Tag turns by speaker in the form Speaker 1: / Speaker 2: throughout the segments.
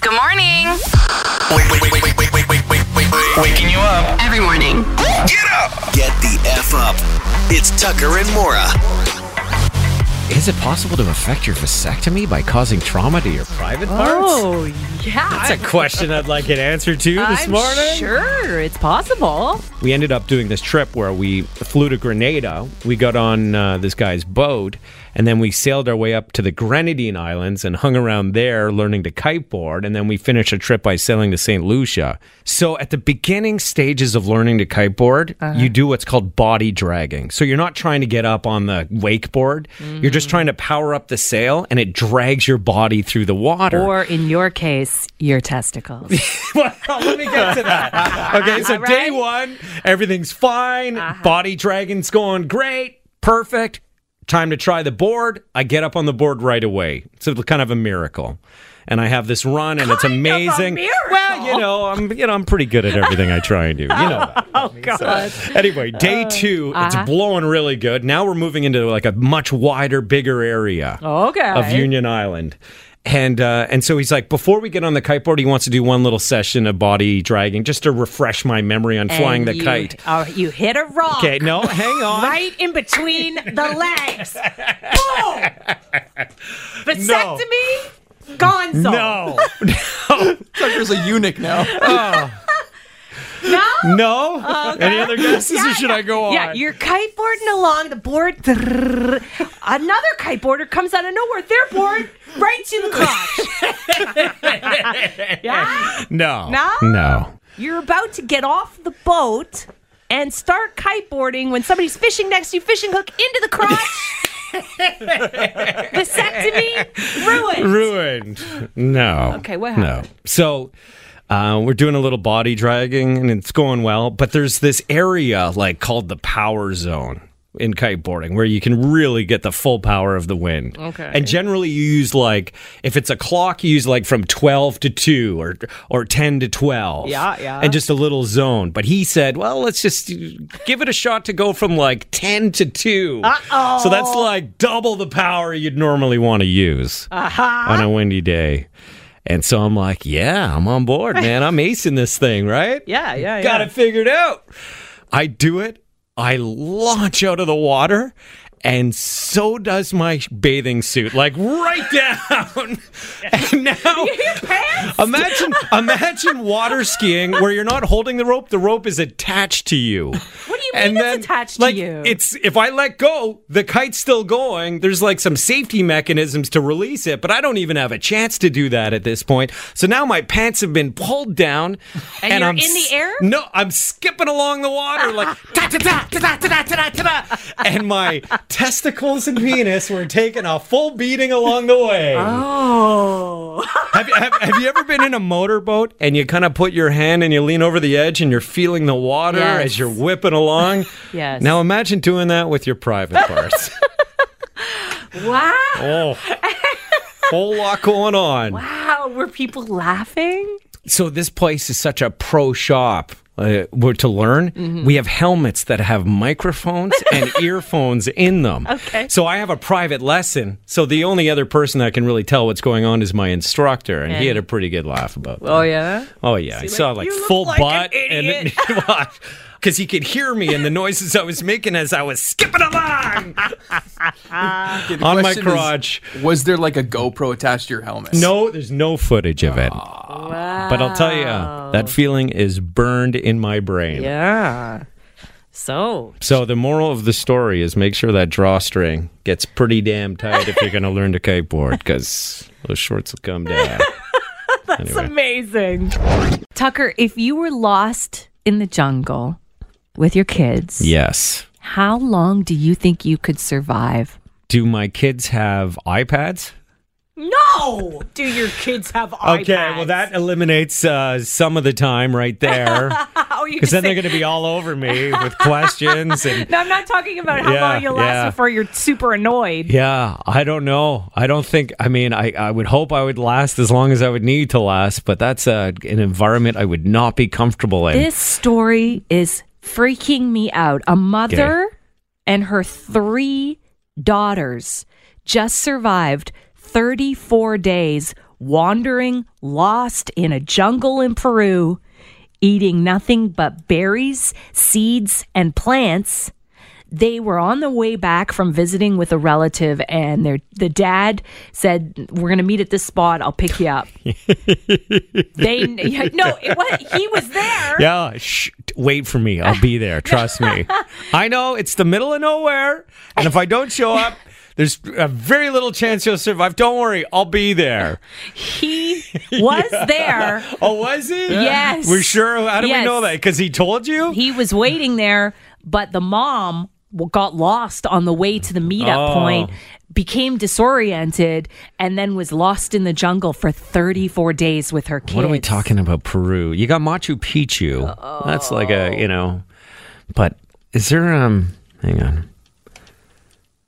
Speaker 1: Good morning.
Speaker 2: Wait, wait, wait, wait, wait, wait, wait, wait, wait, wait. Waking you up.
Speaker 1: Every morning.
Speaker 2: Get up. Get the F up. It's Tucker and Mora.
Speaker 3: Is it possible to affect your vasectomy by causing trauma to your private parts?
Speaker 4: Oh, yeah.
Speaker 5: That's a question I'd like an answer to this
Speaker 4: I'm
Speaker 5: morning.
Speaker 4: sure it's possible.
Speaker 5: We ended up doing this trip where we flew to Grenada. We got on uh, this guy's boat, and then we sailed our way up to the Grenadine Islands and hung around there learning to kiteboard. And then we finished a trip by sailing to St. Lucia. So, at the beginning stages of learning to kiteboard, you do what's called body dragging. So, you're not trying to get up on the wakeboard, you're just trying to power up the sail, and it drags your body through the water.
Speaker 4: Or in your case, your testicles.
Speaker 5: well, let me get to that. Okay, so day one, everything's fine. Body dragon's going great, perfect. Time to try the board. I get up on the board right away. It's a, kind of a miracle. And I have this run, and it's amazing. Well, you know, I'm you know I'm pretty good at everything I try and do. You know that. oh God. Uh, uh-huh. anyway, day two, it's blowing really good. Now we're moving into like a much wider, bigger area
Speaker 4: Okay.
Speaker 5: of Union Island. And uh, and so he's like, before we get on the kiteboard, he wants to do one little session of body dragging just to refresh my memory on
Speaker 4: And
Speaker 5: flying the
Speaker 4: you,
Speaker 5: kite.
Speaker 4: Oh, you hit a rock.
Speaker 5: Okay, no, hang on.
Speaker 4: Right in between the legs. Boom! Vasectomy? Gonzo.
Speaker 5: No, Uh,
Speaker 6: Tucker's a eunuch now.
Speaker 4: No?
Speaker 5: no. Any other guesses?
Speaker 6: This is should I go on?
Speaker 4: Yeah, you're kiteboarding along the board. Another kiteboarder comes out of nowhere. They're bored right to the crotch. yeah.
Speaker 5: No,
Speaker 4: No?
Speaker 5: no.
Speaker 4: You're about to get off the boat and start kiteboarding when somebody's fishing next to you, fishing hook into the crotch. Vasectomy ruined.
Speaker 5: Ruined. No.
Speaker 4: Okay, what
Speaker 5: No.
Speaker 4: happened?
Speaker 5: So uh, we're doing a little body dragging and it's going well, but there's this area like called the power zone in kiteboarding where you can really get the full power of the wind. Okay. And generally you use like if it's a clock you use like from 12 to 2 or or 10 to 12.
Speaker 4: Yeah, yeah.
Speaker 5: And just a little zone, but he said, "Well, let's just give it a shot to go from like 10 to 2." Uh-oh. So that's like double the power you'd normally want to use on a windy day. And so I'm like, yeah, I'm on board, man. I'm acing this thing, right?
Speaker 4: Yeah, yeah,
Speaker 5: Got it figured out. I do it. I launch out of the water, and so does my bathing suit, like right down. and now. Imagine, imagine water skiing where you're not holding the rope; the rope is attached to you.
Speaker 4: What do you mean it's attached to
Speaker 5: like,
Speaker 4: you?
Speaker 5: It's if I let go, the kite's still going. There's like some safety mechanisms to release it, but I don't even have a chance to do that at this point. So now my pants have been pulled down, and,
Speaker 4: you're
Speaker 5: I'm
Speaker 4: in the
Speaker 5: s-
Speaker 4: air?
Speaker 5: No, I'm skipping along the water like ta ta ta ta ta ta ta ta ta, and my testicles and penis were taking a full beating along the way.
Speaker 4: Oh.
Speaker 5: Have, have, have you ever been in a motorboat and you kind of put your hand and you lean over the edge and you're feeling the water
Speaker 4: Yes.
Speaker 5: as you're whipping along?
Speaker 4: Yes.
Speaker 5: Now imagine doing that with your private parts.
Speaker 4: Wow.
Speaker 5: oh, whole lot going on.
Speaker 4: Wow. Were people laughing?
Speaker 5: So this place is such a pro shop. Uh, we're to learn. We have helmets that have microphones and earphones in them.
Speaker 4: Okay.
Speaker 5: So I have a private lesson. So the only other person that can really tell what's going on is my instructor, and he had a pretty good laugh about. that.
Speaker 4: yeah.
Speaker 5: Oh yeah, I saw like full butt and because he could hear me and the noises I was making as I was skipping along on my
Speaker 6: Question is,
Speaker 5: crotch.
Speaker 6: was there like a GoPro attached to your helmet?
Speaker 5: no, there's no footage of it. But I'll tell you, that feeling is burned in my brain.
Speaker 4: Yeah. So,
Speaker 5: So the moral of the story is make sure that drawstring gets pretty damn tight if you're going to learn to kiteboard because those shorts will come down.
Speaker 4: that's amazing. Tucker, if you were lost in the jungle with your kids,
Speaker 5: yes.
Speaker 4: how long do you think you could survive?
Speaker 5: Do my kids have iPads?
Speaker 7: No! Do your kids have iPads?
Speaker 5: Okay, well that eliminates uh, some of the time right there.
Speaker 7: Oh, you
Speaker 5: Because
Speaker 7: can
Speaker 5: then they're
Speaker 7: say-
Speaker 5: going to be all over me with questions and.
Speaker 7: No, I'm not talking about how
Speaker 5: Yeah,
Speaker 7: long you'll last
Speaker 5: yeah.
Speaker 7: before you're super annoyed.
Speaker 5: Yeah, I don't know. I don't think. I mean, I, I would hope I would last as long as I would need to last, but that's uh an environment I would not be comfortable in.
Speaker 4: This story is freaking me out. A mother and her three daughters just survived 34 days wandering lost in a jungle in Peru, eating nothing but berries, seeds, and plants. They were on the way back from visiting with a relative, and their, the dad said, "We're going to meet at this spot. I'll pick you up." they no, it was, he was there.
Speaker 5: yeah, shh, t- wait for me. I'll be there. Trust me. I know it's the middle of nowhere, and if I don't show up, there's a very little chance you'll survive. Don't worry, I'll be there.
Speaker 4: he was there.
Speaker 5: Oh, was he?
Speaker 4: Yes.
Speaker 5: We're sure. How do we
Speaker 4: Yes.
Speaker 5: know that? Because he told you.
Speaker 4: He was waiting there, but the mom w- got lost on the way to the meetup
Speaker 5: Oh.
Speaker 4: point, became disoriented, and then was lost in the jungle for 34 days with her kids.
Speaker 5: What are we talking about? Peru. You got Machu Picchu. That's like a you know, but is there um? Hang on.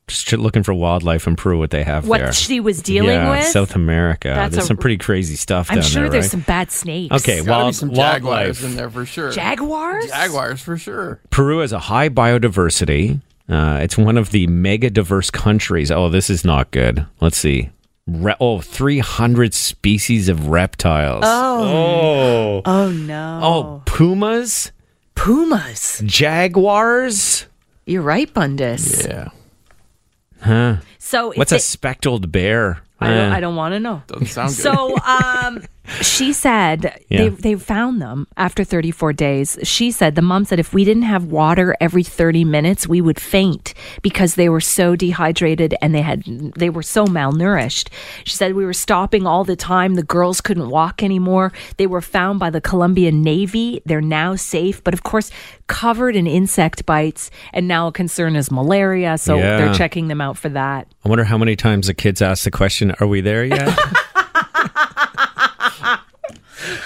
Speaker 5: Just ch- looking for wildlife in Peru. What they have
Speaker 4: What
Speaker 5: there.
Speaker 4: she was dealing
Speaker 5: yeah,
Speaker 4: with?
Speaker 5: South America.
Speaker 4: That's
Speaker 5: there's
Speaker 4: a-
Speaker 5: some pretty crazy stuff.
Speaker 4: I'm
Speaker 5: down
Speaker 4: sure
Speaker 5: there,
Speaker 4: there's
Speaker 5: right?
Speaker 4: some bad snakes.
Speaker 5: Okay,
Speaker 6: Gotta
Speaker 5: wild-
Speaker 6: be some
Speaker 5: wildlife.
Speaker 6: jaguars in there for sure.
Speaker 4: Jaguars?
Speaker 6: Jaguars for sure.
Speaker 5: Peru has a high biodiversity. Uh, it's one of the mega diverse countries. Oh, this is not good. Let's see. Re- oh, 300 species of reptiles. Oh. Oh, no. Oh, pumas,
Speaker 7: Pumas.
Speaker 5: jaguars.
Speaker 7: You're right, Bundus.
Speaker 6: Yeah.
Speaker 4: So
Speaker 5: What's a
Speaker 4: it's
Speaker 5: speckled bear?
Speaker 4: I don't,
Speaker 5: Eh.
Speaker 4: I don't want to know.
Speaker 6: Doesn't sound good.
Speaker 4: So um, she said
Speaker 5: Yeah.
Speaker 4: they, they found them after 34 days. She said, the mom said, if we didn't have water every 30 minutes, we would faint because they were so dehydrated and they had they were so malnourished. She said, we were stopping all the time. The girls couldn't walk anymore. They were found by the Colombian Navy. They're now safe, but of course, covered in insect bites. And now a concern is malaria. So
Speaker 5: Yeah.
Speaker 4: they're checking them out for that.
Speaker 5: I wonder how many times the kids ask the question, Are we there yet?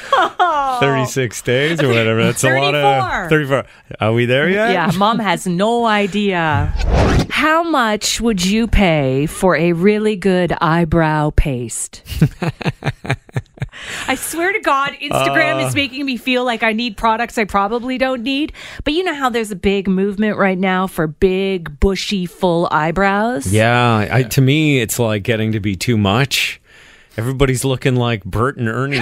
Speaker 5: 36 days or whatever. That's a lot of 34. Are we there yet?
Speaker 4: Yeah, mom has no idea. How much would you pay for a really good eyebrow paste? I swear to God, Instagram is making me feel like I need products I probably don't need. But you know how there's a big movement right now for big, bushy, full eyebrows?
Speaker 5: Yeah, I, to me, it's like getting to be too much. Everybody's looking like Bert and Ernie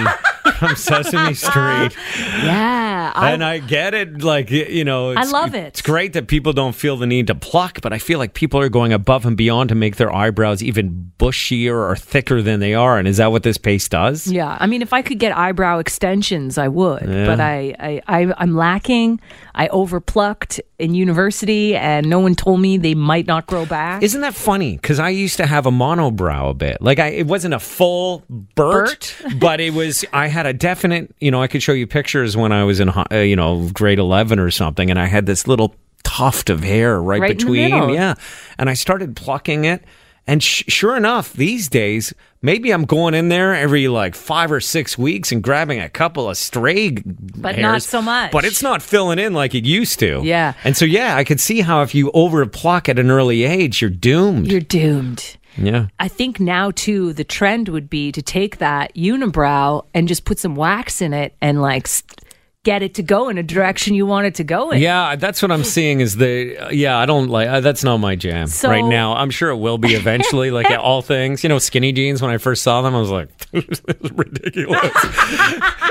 Speaker 5: from Sesame Street,
Speaker 4: Yeah. I,
Speaker 5: and I get it. Like y- you know, it's,
Speaker 4: love it.
Speaker 5: It's great that people don't feel the need to pluck, but I feel like people are going above and beyond to make their eyebrows even bushier or thicker than they are. And is that what this paste does?
Speaker 4: yeah. I mean, if I could get eyebrow extensions, I would. But I, I, I, I'm lacking. I overplucked in university, and no one told me they might not grow back.
Speaker 5: Isn't that funny? Because I used to have a monobrow a bit. Like I, it wasn't a full Bert, but it was. I had a definite. You know, I could show you pictures when I was in, hi- uh, you know, grade eleven or something, and I had this little tuft of hair right,
Speaker 4: Right in the
Speaker 5: between.
Speaker 4: middle.
Speaker 5: yeah, and I started plucking it, and sh- sure enough, these days. Maybe I'm going in there every like five or six weeks and grabbing a couple of stray, but
Speaker 4: not so much.
Speaker 5: But it's not filling in like it used to.
Speaker 4: Yeah.
Speaker 5: And so, yeah, I could see how if you over pluck at an early age, you're doomed.
Speaker 4: You're doomed.
Speaker 5: yeah.
Speaker 4: I think now too the trend would be to take that unibrow and just put some wax in it and like s get it to go in a direction you want it to go in.
Speaker 5: Yeah, that's what I'm seeing is the, yeah, I don't like, uh, that's not my jam
Speaker 4: So-
Speaker 5: right now. I'm sure it will be eventually, like at all things. You know, skinny jeans, when I first saw them, I was like, this is ridiculous.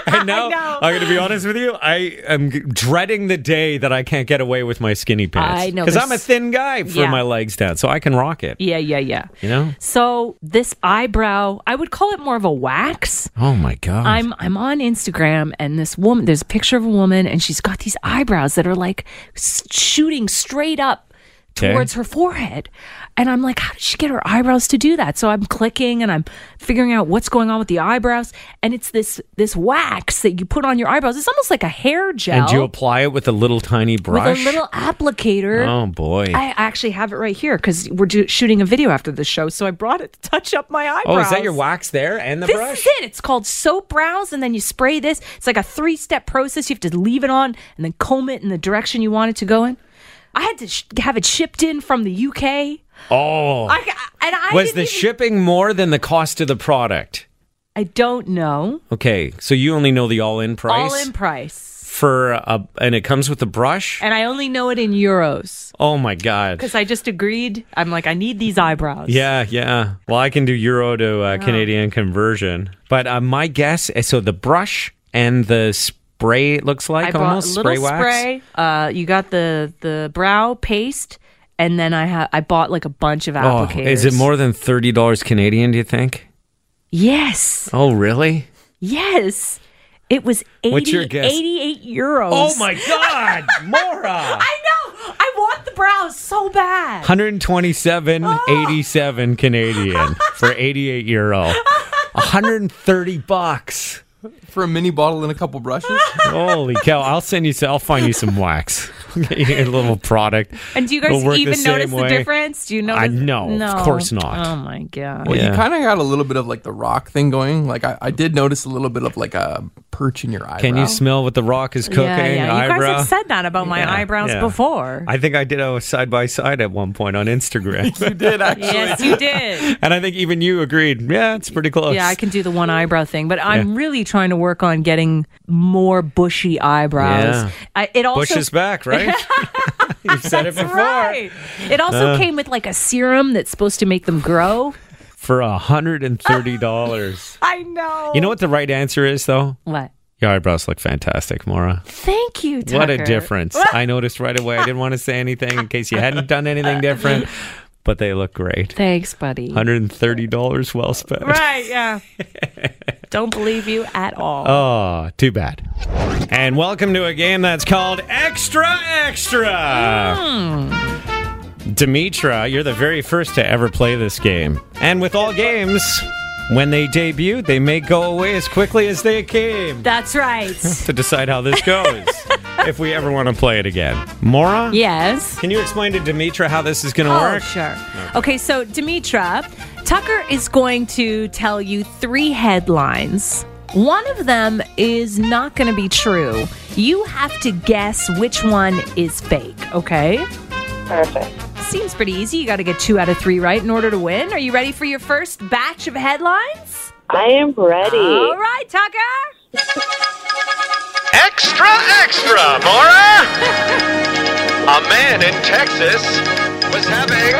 Speaker 5: and now, I'm going to be honest with you, I am g- dreading the day that I can't get away with my skinny pants.
Speaker 4: I know,
Speaker 5: Because
Speaker 4: there's-
Speaker 5: I'm a thin guy for
Speaker 4: Yeah.
Speaker 5: my legs down, so I can rock it,
Speaker 4: Yeah, yeah, yeah.
Speaker 5: you know?
Speaker 4: So this eyebrow, I would call it more of a wax.
Speaker 5: Oh my God.
Speaker 4: I'm I'm on Instagram and this woman there's a picture of a woman and she's got these eyebrows that are like s- shooting straight up
Speaker 5: Okay.
Speaker 4: towards her forehead. And I'm like, how did she get her eyebrows to do that? So I'm clicking and I'm figuring out what's going on with the eyebrows. And it's this this wax that you put on your eyebrows. It's almost like a hair gel
Speaker 5: And you apply it with a little tiny
Speaker 4: with
Speaker 5: brush.
Speaker 4: a little applicator.
Speaker 5: oh boy.
Speaker 4: I actually have it right here because we're do- shooting a video after the show, so I brought it to touch up my eyebrows.
Speaker 5: oh, is that your wax there and the
Speaker 4: This
Speaker 5: brush?
Speaker 4: is it. It's called soap brows, and then you spray this. It's like a three step process. You have to leave it on and then comb it in the direction you want it to go in. I had to sh- have it shipped in from the UK. I,
Speaker 5: Oh.
Speaker 4: I- and I
Speaker 5: was
Speaker 4: didn't
Speaker 5: the
Speaker 4: even-
Speaker 5: shipping more than the cost of the product?
Speaker 4: I don't know.
Speaker 5: Okay, so you only know the all-in price
Speaker 4: All in price,
Speaker 5: for a, and it comes with a brush.
Speaker 4: and I only know it in euros
Speaker 5: Oh my god!
Speaker 4: because I just agreed. I'm like, I need these eyebrows.
Speaker 5: Yeah, yeah. Well, I can do euro to uh, Canadian conversion, but uh, my guess is so the brush and the spray it looks like
Speaker 4: I bought
Speaker 5: almost
Speaker 4: a little
Speaker 5: spray wax.
Speaker 4: spray. Uh, you got the the brow paste, and then I ha- I bought like a bunch of
Speaker 5: Oh,
Speaker 4: applicators.
Speaker 5: is it more than thirty dollars Canadian? Do you think?
Speaker 4: Yes,
Speaker 5: Oh, really?
Speaker 4: yes. It was 80,
Speaker 5: What's your guess? Oh
Speaker 4: 88 euros.
Speaker 5: god, Mora!
Speaker 4: I know. I want the brows so bad.
Speaker 5: 127
Speaker 4: Oh.
Speaker 5: 87 Canadian for 88 euro. 130 bucks.
Speaker 6: For a mini bottle and a couple brushes?
Speaker 5: Holy cow. I'll send you some, I'll find you some wax. Get you a little product.
Speaker 4: And do you guys
Speaker 5: It'll work the
Speaker 4: even
Speaker 5: same
Speaker 4: notice the
Speaker 5: way.
Speaker 4: difference? Do you notice?
Speaker 5: I- no, of course not.
Speaker 4: Oh my god.
Speaker 6: Well,
Speaker 5: Yeah.
Speaker 6: you kind of got a little bit of like the rock thing going. Like I, I did notice a little bit of like a perch in your eyebrow.
Speaker 5: Can you smell what the rock is cooking?
Speaker 4: yeah, yeah. You
Speaker 5: Eyebrow?
Speaker 4: guys have said that about my
Speaker 5: Yeah,
Speaker 4: eyebrows
Speaker 5: yeah.
Speaker 4: before.
Speaker 5: I think I did a side by side at one point on Instagram.
Speaker 6: You did actually.
Speaker 4: yes, you did.
Speaker 5: and I think even you agreed. Yeah, it's pretty close.
Speaker 4: Yeah, I can do the one eyebrow thing, but I'm really trying to work on getting more bushy eyebrows.
Speaker 5: Yeah.
Speaker 4: I, it also
Speaker 5: Bush is back, right? You've said it before. Uh.
Speaker 4: Right. It also came with like a serum that's supposed to make them grow.
Speaker 5: For $130.
Speaker 4: I know.
Speaker 5: you know what the right answer is, though?
Speaker 4: What?
Speaker 5: Your eyebrows look fantastic, Mora.
Speaker 4: Thank you. Tucker.
Speaker 5: What a difference. I noticed right away. I didn't want to say anything in case you hadn't done anything different, but they look great.
Speaker 4: Thanks, buddy.
Speaker 5: $130 well spent.
Speaker 4: Right? Yeah. Don't believe you at all.
Speaker 5: Oh, too bad. And welcome to a game that's called Extra Extra.
Speaker 4: Hmm.
Speaker 5: Demetra, you're the very first to ever play this game. And with all games, when they debut, they may go away as quickly as they came
Speaker 4: That's right.
Speaker 5: to decide how this goes. if we ever want to play it again. Mora?
Speaker 4: yes.
Speaker 5: Can you explain to Demetra how this is going to
Speaker 4: Oh,
Speaker 5: work?
Speaker 4: sure. Okay, so Demetra, Tucker is going to tell you three headlines. One of them is not going to be true. You have to guess which one is fake, okay?
Speaker 8: Perfect.
Speaker 4: Seems pretty easy. You got to get two out of three right in order to win. Are you ready for your first batch of headlines?
Speaker 8: I am ready.
Speaker 4: All right, Tucker.
Speaker 9: Extra, extra, Mora! a man in Texas was having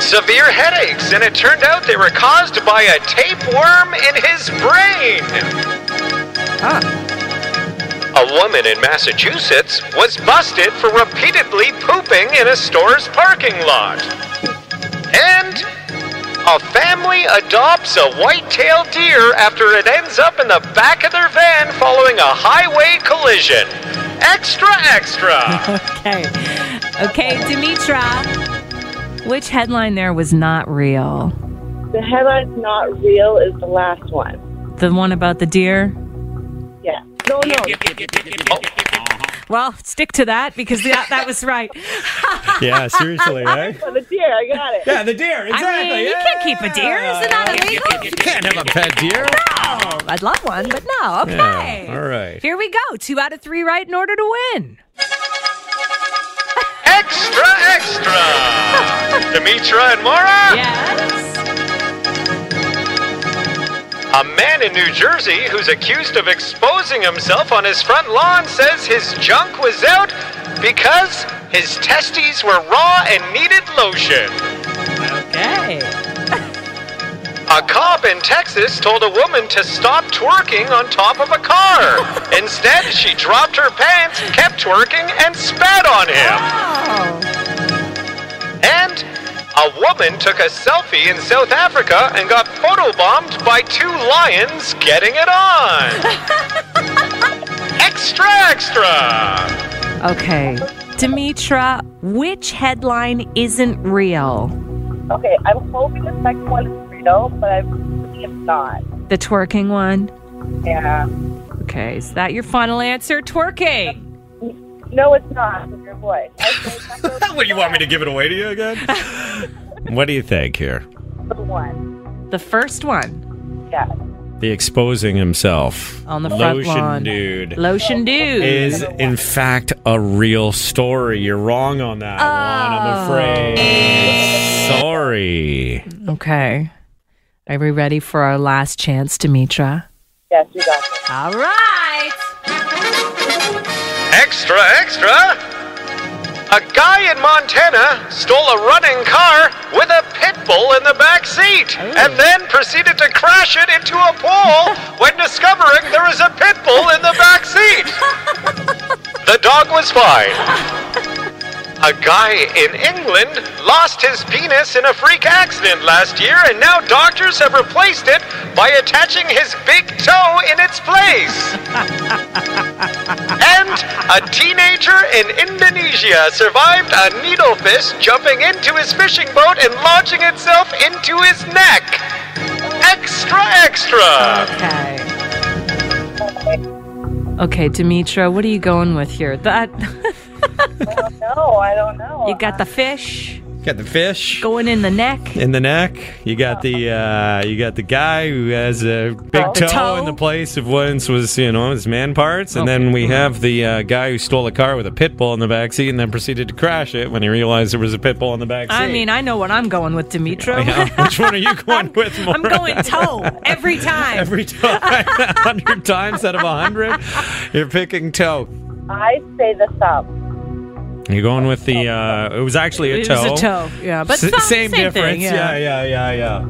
Speaker 9: severe headaches, and it turned out they were caused by a tapeworm in his brain. A woman in Massachusetts was busted for repeatedly pooping in a store's parking lot. And a family adopts a white-tailed deer after it ends up in the back of their van following a highway collision. Extra, extra!
Speaker 4: Okay. Okay, Demetra. Which headline there was not real?
Speaker 8: The headline's not real is the last one.
Speaker 4: The one about the deer?
Speaker 8: Yeah. No, no.
Speaker 4: Well, stick to that because that, that was right.
Speaker 5: Yeah, seriously, eh?
Speaker 8: For the deer, I got it.
Speaker 5: Yeah, the deer, exactly.
Speaker 4: I mean, you can't keep a deer.
Speaker 5: yeah.
Speaker 4: Isn't that illegal?
Speaker 5: You can't have a pet deer.
Speaker 4: Oh, I'd love one, but no. Okay.
Speaker 5: Yeah, all right.
Speaker 4: Here we go. Two out of three right in order to win.
Speaker 9: extra, extra! Demetra and Mora!
Speaker 4: Yes.
Speaker 9: A man in New Jersey who's accused of exposing himself on his front lawn says his junk was out because his testes were raw and needed lotion.
Speaker 4: Okay.
Speaker 9: A cop in Texas told a woman to stop twerking on top of a car. Instead, she dropped her pants, kept twerking, and spat on him.
Speaker 4: Oh.
Speaker 9: And a woman took a selfie in South Africa and got photobombed by two lions getting it on. extra, extra!
Speaker 4: Okay. Demetra, which headline isn't real?
Speaker 8: Okay, I'm hoping the second one is real, but I believe it's not.
Speaker 4: The twerking one?
Speaker 8: Yeah.
Speaker 4: Okay, is that your final answer? Twerking.
Speaker 8: No, it's not. It's your voice. I think that's
Speaker 5: What, you want me to give it away to you again? what do you think here?
Speaker 8: the one.
Speaker 4: The first one
Speaker 8: Yeah.
Speaker 5: The exposing himself
Speaker 4: on the front
Speaker 5: lotion
Speaker 4: lawn.
Speaker 5: dude
Speaker 4: Lotion dude.
Speaker 5: is in fact a real story. You're wrong on that
Speaker 4: Oh.
Speaker 5: one. I'm afraid. Sorry.
Speaker 4: Okay. Are we ready for our last chance, Demetra?
Speaker 8: Yes, you got it.
Speaker 4: All right.
Speaker 9: Extra, extra! A guy in Montana stole a running car with a pit bull in the back seat and then proceeded to crash it into a pole when discovering there was a pit bull in the back seat. the dog was fine. A guy in England lost his penis in a freak accident last year, and now doctors have replaced it by attaching his big toe in its place. And a teenager in Indonesia survived a needlefish jumping into his fishing boat and launching itself into his neck. Extra, extra!
Speaker 4: Okay. Okay, Demetra, what are you going with here? That
Speaker 8: No, I don't know.
Speaker 4: you got the fish
Speaker 5: Got the fish
Speaker 4: going in the neck.
Speaker 5: in the neck. You got the uh, you got the guy who has a big toe,
Speaker 4: Oh. toe?
Speaker 5: in the place of once was you know his man parts, and then we have the uh, guy who stole a car with a pit bull in the back seat and then proceeded to crash it when he realized there was a pit bull in the back seat.
Speaker 4: I mean, I know what I'm going with, Demetra.
Speaker 5: Yeah, Which one are you going with, Maura?
Speaker 4: I'm going toe every time.
Speaker 5: every time, hundred times out of hundred. You're picking toe.
Speaker 8: I say the thumb.
Speaker 5: You're going with the. Uh, it was actually a
Speaker 4: it
Speaker 5: toe.
Speaker 4: was a toe. Yeah, but
Speaker 5: S-
Speaker 4: some-
Speaker 5: same,
Speaker 4: thing,
Speaker 5: difference. yeah. yeah, yeah, yeah,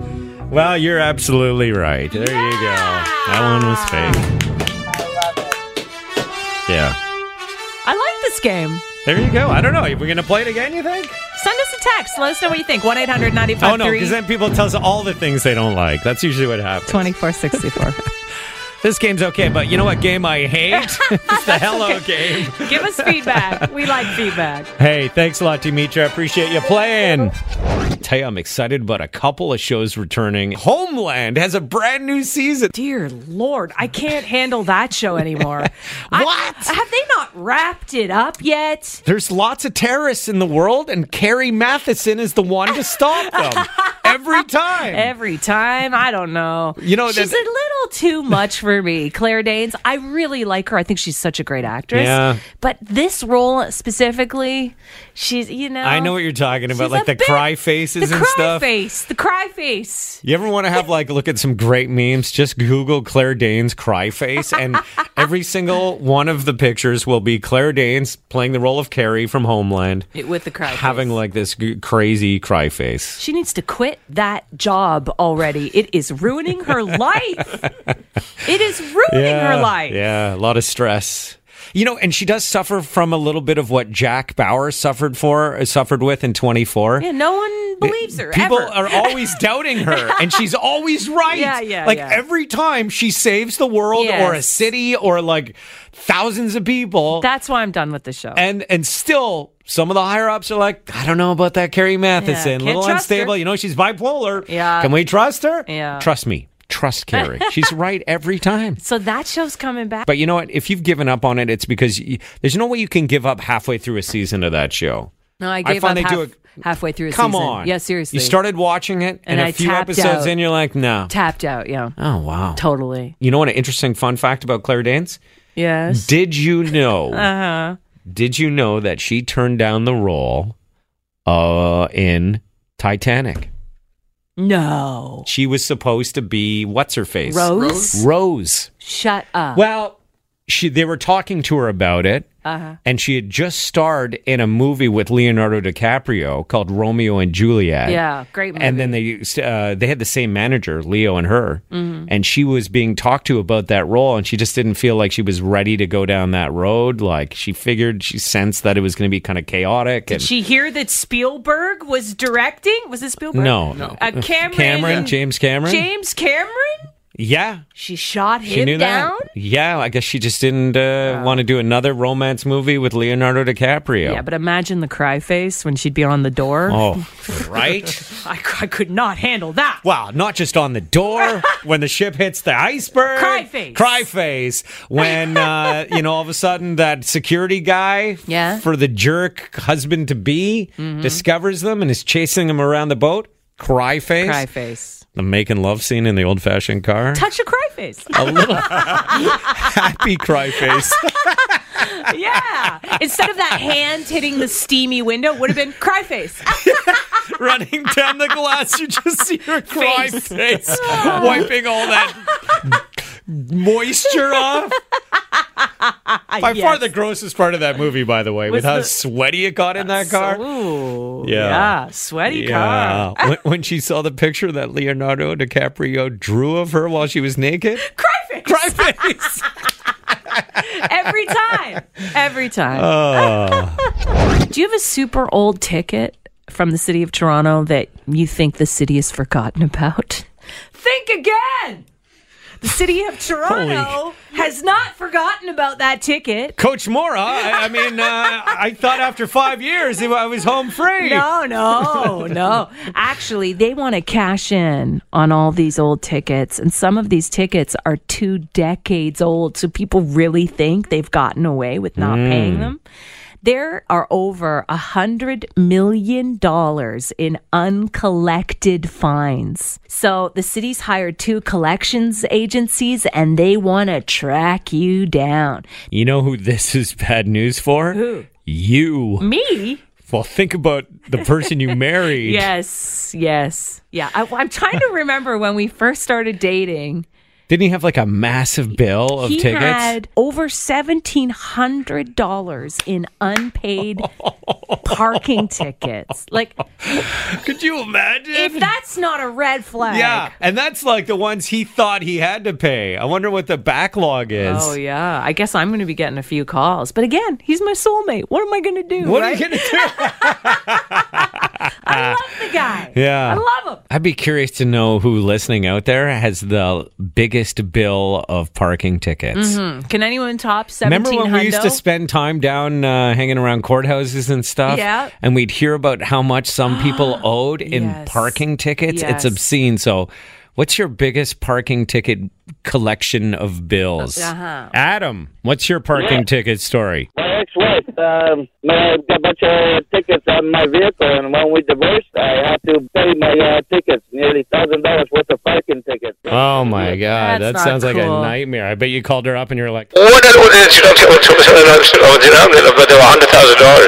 Speaker 5: Well, you're absolutely right. There you go. That one was fake. Yeah.
Speaker 4: I like this game.
Speaker 5: There you go. I don't know. Are we gonna play it again? You think?
Speaker 4: Send us a text. Let us know what you think. 1 800
Speaker 5: oh no, because then people tell us all the things they don't like. That's usually what happens.
Speaker 4: 2464.
Speaker 5: This game's okay, but you know what game I hate? It's the hello game.
Speaker 4: Give us feedback. We like feedback.
Speaker 5: Hey, thanks a lot, Demetra. Appreciate you playing. Tell you, I'm excited about a couple of shows returning. Homeland has a brand new season.
Speaker 4: Dear Lord, I can't handle that show anymore. I-
Speaker 5: What?
Speaker 4: have they not wrapped it up yet?
Speaker 5: There's lots of terrorists in the world, and Carrie Matheson is the one to stop them every time.
Speaker 4: Every time, I don't know.
Speaker 5: You know,
Speaker 4: she's
Speaker 5: that-
Speaker 4: a little too much for me. Claire Danes, I really like her. I think she's such a great actress.
Speaker 5: Yeah.
Speaker 4: But this role specifically, she's you know.
Speaker 5: I know what you're talking about,
Speaker 4: she's
Speaker 5: like
Speaker 4: a
Speaker 5: the
Speaker 4: bit-
Speaker 5: cry faces
Speaker 4: the
Speaker 5: and
Speaker 4: cry
Speaker 5: stuff.
Speaker 4: face, the cry face.
Speaker 5: You ever want to have like look at some great memes? Just Google Claire Danes cry face, and every single one of the pictures will be Claire Danes playing the role of Carrie from Homeland.
Speaker 4: With the cry,
Speaker 5: having like this g- crazy cry face.
Speaker 4: She needs to quit that job already. It is ruining her life. It is ruining her life.
Speaker 5: Yeah, a lot of stress. You know, and she does suffer from a little bit of what Jack Bauer suffered for, uh, suffered with in 24.
Speaker 4: Yeah, no one believes her.
Speaker 5: People are
Speaker 4: ever.
Speaker 5: always doubting her, and she's always right.
Speaker 4: Yeah, yeah,
Speaker 5: Like
Speaker 4: yeah.
Speaker 5: every time she saves the world or a
Speaker 4: Yes.
Speaker 5: city or like thousands of people,
Speaker 4: That's why I'm done with the show.
Speaker 5: and and still some of the higher ups are like, I don't know about that Carrie Matheson,
Speaker 4: can't
Speaker 5: a little
Speaker 4: trust
Speaker 5: unstable.
Speaker 4: her."
Speaker 5: You know, she's bipolar.
Speaker 4: Yeah.
Speaker 5: can we trust her?
Speaker 4: Yeah.
Speaker 5: trust me, trust Carrie. she's right every time.
Speaker 4: so that show's coming back.
Speaker 5: But you know what? If you've given up on it, it's because y there's no way you can give up halfway through a season of that show.
Speaker 4: No, I
Speaker 5: I
Speaker 4: gave
Speaker 5: find they
Speaker 4: up half,
Speaker 5: do a-
Speaker 4: halfway through. A
Speaker 5: Come
Speaker 4: season.
Speaker 5: on,
Speaker 4: Yeah, seriously.
Speaker 5: You started watching it, and,
Speaker 4: And
Speaker 5: a
Speaker 4: I
Speaker 5: few
Speaker 4: tapped
Speaker 5: episodes
Speaker 4: out.
Speaker 5: in, you're like, no.
Speaker 4: tapped out. Yeah,
Speaker 5: Oh wow.
Speaker 4: totally.
Speaker 5: You know what? An interesting fun fact about Claire Danes.
Speaker 4: Yes. Uh-huh.
Speaker 5: Did you know? Did you know that she turned down the role uh, in Titanic?
Speaker 4: no.
Speaker 5: She was supposed to be what's her face?
Speaker 4: Rose?
Speaker 5: Rose.
Speaker 4: Shut up.
Speaker 5: Well, she they were talking to her about it,
Speaker 4: Uh-huh.
Speaker 5: and she had just starred in a movie with Leonardo DiCaprio called Romeo and Juliet.
Speaker 4: yeah, great movie.
Speaker 5: And then they uh, they had the same manager, Leo and her,
Speaker 4: Mm-hmm.
Speaker 5: and she was being talked to about that role, and she just didn't feel like she was ready to go down that road. Like she figured, she sensed that it was going to be kind of chaotic.
Speaker 4: Did
Speaker 5: and
Speaker 4: she hear that Spielberg was directing? Was it Spielberg?
Speaker 5: no,
Speaker 4: Uh, Cameron.
Speaker 5: Cameron, James Cameron,
Speaker 4: James Cameron?
Speaker 5: Yeah,
Speaker 4: She shot him
Speaker 5: she knew
Speaker 4: down.
Speaker 5: that. Yeah, I guess she just didn't uh, want to do another romance movie with Leonardo DiCaprio.
Speaker 4: Yeah, but imagine the cry face when she'd be on the door.
Speaker 5: oh, right.
Speaker 4: I, c- I could not handle that.
Speaker 5: Wow, not just on the door when the ship hits the iceberg.
Speaker 4: Cry face.
Speaker 5: Cry face. When, uh, you know, all of a sudden that security guy
Speaker 4: Yeah. Mm-hmm.
Speaker 5: for the jerk husband to be discovers them and is chasing them around the boat. Cry face.
Speaker 4: Cry face.
Speaker 5: The making love scene in the old fashioned car.
Speaker 4: Touch a cry face.
Speaker 5: A little happy cry face.
Speaker 4: yeah. Instead of that hand hitting the steamy window, would have been cry face. Ah.
Speaker 5: running down the glass. You just see her cry
Speaker 4: Face.
Speaker 5: face, wiping all that moisture off. By far the grossest part of that movie, by the way, with how sweaty it got in that car.
Speaker 4: Ooh.
Speaker 5: Yeah.
Speaker 4: Sweaty car.
Speaker 5: Yeah, when, when she saw the picture that Leonardo DiCaprio drew of her while she was naked,
Speaker 4: Cry face.
Speaker 5: cry face.
Speaker 4: Every time. Every time.
Speaker 5: Ah.
Speaker 4: Do you have a super old ticket from the city of Toronto that you think the city has forgotten about?
Speaker 7: Think again. The city of Toronto has not forgotten about that ticket.
Speaker 5: Coach Mora, I, I mean, uh, I thought after five years I was home free.
Speaker 4: No, no, no. Actually, they want to cash in on all these old tickets, and some of these tickets are two decades old. So people really think they've gotten away with not paying them. There are over a hundred million dollars in uncollected fines. So the city's hired two collections agencies, and they want to track you down.
Speaker 5: You know who this is bad news for? Who? You.
Speaker 4: Me?
Speaker 5: Well, think about the person you married.
Speaker 4: Yes, yes, yeah. I, I'm trying to remember when we first started dating.
Speaker 5: Didn't he have like a massive bill of
Speaker 4: he
Speaker 5: tickets?
Speaker 4: had over seventeen hundred dollars in unpaid parking tickets. Like,
Speaker 5: Could you imagine?
Speaker 4: if that's not a red flag,
Speaker 5: yeah, and that's like the ones he thought he had to pay. I wonder what the backlog is.
Speaker 4: Oh yeah, I guess I'm going to be getting a few calls. But again, he's my soulmate. What am I going to do?
Speaker 5: What
Speaker 4: right?
Speaker 5: are you gonna do?
Speaker 4: I love the guy.
Speaker 5: yeah.
Speaker 4: I love him.
Speaker 5: I'd be curious to know who listening out there has the biggest bill of parking tickets.
Speaker 4: Can anyone top seventeen
Speaker 5: Remember
Speaker 4: hundred?
Speaker 5: when we used to spend time down uh, hanging around courthouses and stuff?
Speaker 4: Yeah.
Speaker 5: And we'd hear about how much some people owed in
Speaker 4: Yes.
Speaker 5: parking tickets. It's
Speaker 4: Yes.
Speaker 5: obscene. So, what's your biggest parking ticket collection of bills?
Speaker 4: Uh-huh.
Speaker 5: Adam, what's your parking ticket story?
Speaker 10: My ex-wife, um, I got a bunch of tickets on my vehicle, and when we divorced, I had to pay my uh, tickets, nearly thousand dollars worth of parking tickets.
Speaker 5: Oh my God, that
Speaker 4: That's not
Speaker 5: sounds like a
Speaker 4: cool.
Speaker 5: nightmare. I bet you called her up and you're like,
Speaker 9: but they were $100,000.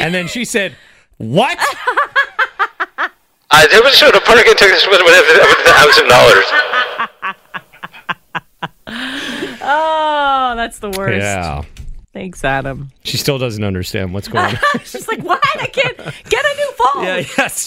Speaker 5: and then she said, "What?
Speaker 9: I there was sort of parking tickets with $100,000.
Speaker 4: Oh, that's the worst.
Speaker 5: yeah."
Speaker 4: Thanks, Adam.
Speaker 5: She still doesn't understand what's going on.
Speaker 4: She's like, what? I can't get a new phone.
Speaker 5: yes.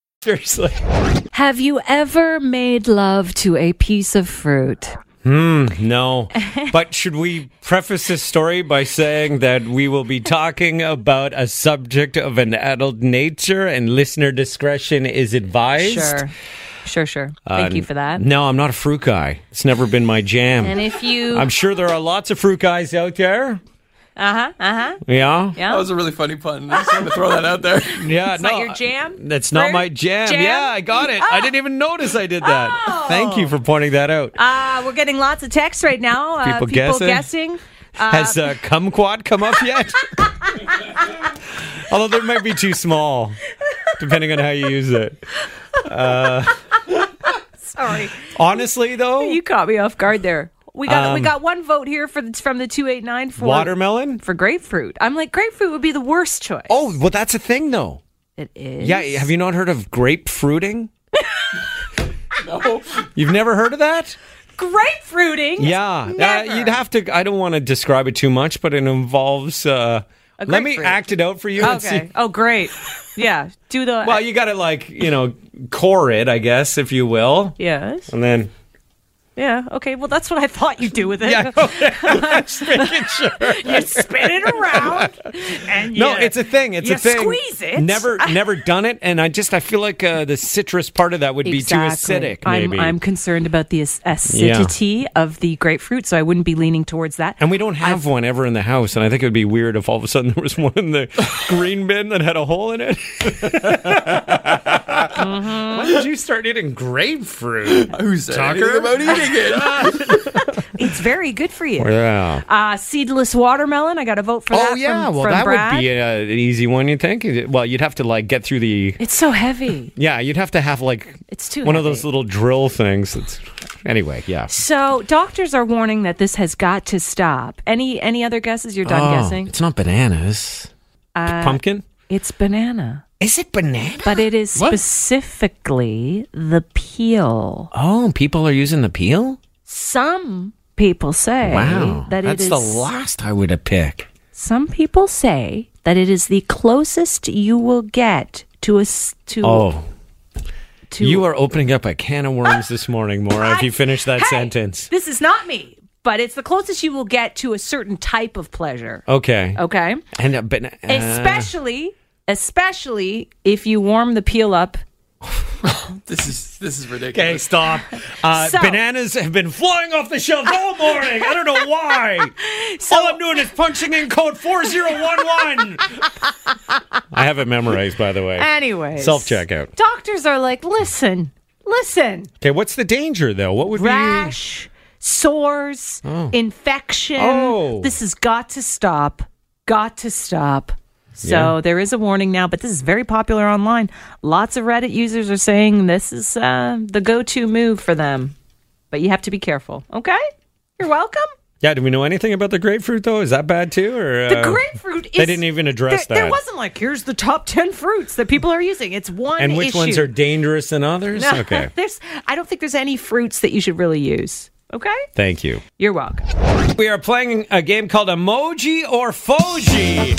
Speaker 5: Seriously.
Speaker 4: Have you ever made love to a piece of fruit?
Speaker 5: Hmm, No. but should we preface this story by saying that we will be talking about a subject of an adult nature and listener discretion is advised?
Speaker 4: Sure. Sure, sure. Thank
Speaker 5: Uh,
Speaker 4: you for that.
Speaker 5: No, I'm not a fruit guy. It's never been my jam.
Speaker 4: And if you
Speaker 5: I'm sure there are lots of fruit guys out there.
Speaker 4: Uh-huh. Uh-huh.
Speaker 5: Uh, Yeah.
Speaker 6: That was a really funny pun. I just wanted to throw that out there.
Speaker 5: Yeah.
Speaker 4: not
Speaker 5: no, uh,
Speaker 4: your jam?
Speaker 5: That's not
Speaker 4: Fruit?
Speaker 5: my jam.
Speaker 4: Jam? Oh.
Speaker 5: Yeah, I got it. I didn't even notice I did that. Thank you for pointing that out.
Speaker 4: Uh, we're getting lots of texts right now. Uh,
Speaker 5: People guessing? Has uh, kumquat come up yet? Although there might be too small, depending on how you use it.
Speaker 4: Sorry.
Speaker 5: Honestly, though,
Speaker 4: You caught me off guard there. We got
Speaker 5: Um,
Speaker 4: we got one vote here for the, from the 2894
Speaker 5: watermelon.
Speaker 4: for grapefruit. I'm like grapefruit would be the worst choice.
Speaker 5: Oh, well, that's a thing, though.
Speaker 4: It is.
Speaker 5: Yeah, have you not heard of grapefruiting?
Speaker 4: no.
Speaker 5: You've never heard of that?
Speaker 4: Grapefruiting?
Speaker 5: Yeah, uh,
Speaker 4: Never.
Speaker 5: you'd have to. I don't want to describe it too much, but it involves. Uh,
Speaker 4: A
Speaker 5: let me
Speaker 4: grapefruit.
Speaker 5: act it out for you. And
Speaker 4: Okay.
Speaker 5: see.
Speaker 4: Oh, great. Yeah. Do the.
Speaker 5: Well, you got to like you know core it, I guess, if you will,
Speaker 4: Yes.
Speaker 5: and then
Speaker 4: Yeah. Okay. Well, that's what I thought you'd do with it.
Speaker 5: Yeah,
Speaker 4: Just making sure. you spin it around, and
Speaker 5: no,
Speaker 4: you-
Speaker 5: it's a thing. It's
Speaker 4: you
Speaker 5: a thing.
Speaker 4: Squeeze it.
Speaker 5: Never, never done it, and I just I feel like uh, the citrus part of that would be
Speaker 4: Exactly.
Speaker 5: too acidic. Maybe.
Speaker 4: I'm, I'm concerned about the ac- acidity of the grapefruit, so I wouldn't be leaning towards that.
Speaker 5: and we don't have one ever in the house, and I think it would be weird if all of a sudden there was one in the green bin that had a hole in it.
Speaker 4: Mm-hmm.
Speaker 5: When did you start eating grapefruit?
Speaker 6: Who's
Speaker 5: Tucker?
Speaker 6: about eating it?
Speaker 4: It's very good for you.
Speaker 5: Yeah.
Speaker 4: Uh, seedless watermelon. I got to vote for that.
Speaker 5: oh yeah,
Speaker 4: from,
Speaker 5: well
Speaker 4: from
Speaker 5: that
Speaker 4: Brad.
Speaker 5: would be uh, an easy one. You think? Well, you'd have to like get through the.
Speaker 4: It's so heavy.
Speaker 5: Yeah, you'd have to have like
Speaker 4: It's too
Speaker 5: one of
Speaker 4: heavy.
Speaker 5: those little drill things. That's anyway, yeah.
Speaker 4: So doctors are warning that this has got to stop. Any any other guesses? You're done
Speaker 5: Oh,
Speaker 4: guessing.
Speaker 3: It's not bananas.
Speaker 4: Uh,
Speaker 5: Pumpkin.
Speaker 4: It's banana.
Speaker 5: Is it banana?
Speaker 4: But it is
Speaker 3: What?
Speaker 4: specifically the peel.
Speaker 3: Oh, people are using the peel?
Speaker 4: Some people say
Speaker 3: Wow.
Speaker 4: that it
Speaker 3: That's
Speaker 4: is
Speaker 3: the last I would have picked.
Speaker 4: Some people say that it is the closest you will get to a s- to
Speaker 5: Oh,
Speaker 4: to
Speaker 5: you are opening up a can of worms this morning, Maura. If you finish that
Speaker 4: Hey,
Speaker 5: sentence,
Speaker 4: This is not me, but it's the closest you will get to a certain type of pleasure.
Speaker 5: okay.
Speaker 4: Okay?
Speaker 5: And uh, bana- uh,
Speaker 4: especially especially if you warm the peel up.
Speaker 6: this is this is ridiculous.
Speaker 5: Okay, stop. Uh,
Speaker 4: So-
Speaker 5: bananas have been flying off the shelves all morning. I don't know why. all I'm doing is punching in code 4011. I have it memorized, by the way.
Speaker 4: Anyway,
Speaker 5: Self checkout.
Speaker 4: Doctors are like, "Listen, listen.
Speaker 5: Okay, what's the danger, though? What would
Speaker 4: rash, sores, infection.
Speaker 5: Oh.
Speaker 4: This has got to stop. Got to stop. So
Speaker 5: Yeah.
Speaker 4: there is a warning now, but this is very popular online. Lots of Reddit users are saying this is uh, the go-to move for them, but you have to be careful. Okay, you're welcome.
Speaker 5: be. Yeah, do we know anything about the grapefruit, though? Is that bad, too? Or,
Speaker 4: The
Speaker 5: uh,
Speaker 4: grapefruit is.
Speaker 5: They didn't even address
Speaker 4: there,
Speaker 5: that.
Speaker 4: There wasn't like here's the top ten fruits that people are using. It's one.
Speaker 5: and which
Speaker 4: issue.
Speaker 5: ones are dangerous than others?
Speaker 4: No,
Speaker 5: Okay.
Speaker 4: there's. I don't think there's any fruits that you should really use. Okay,
Speaker 5: Thank you.
Speaker 4: you're welcome.
Speaker 5: We are playing a game called Emoji or Foji.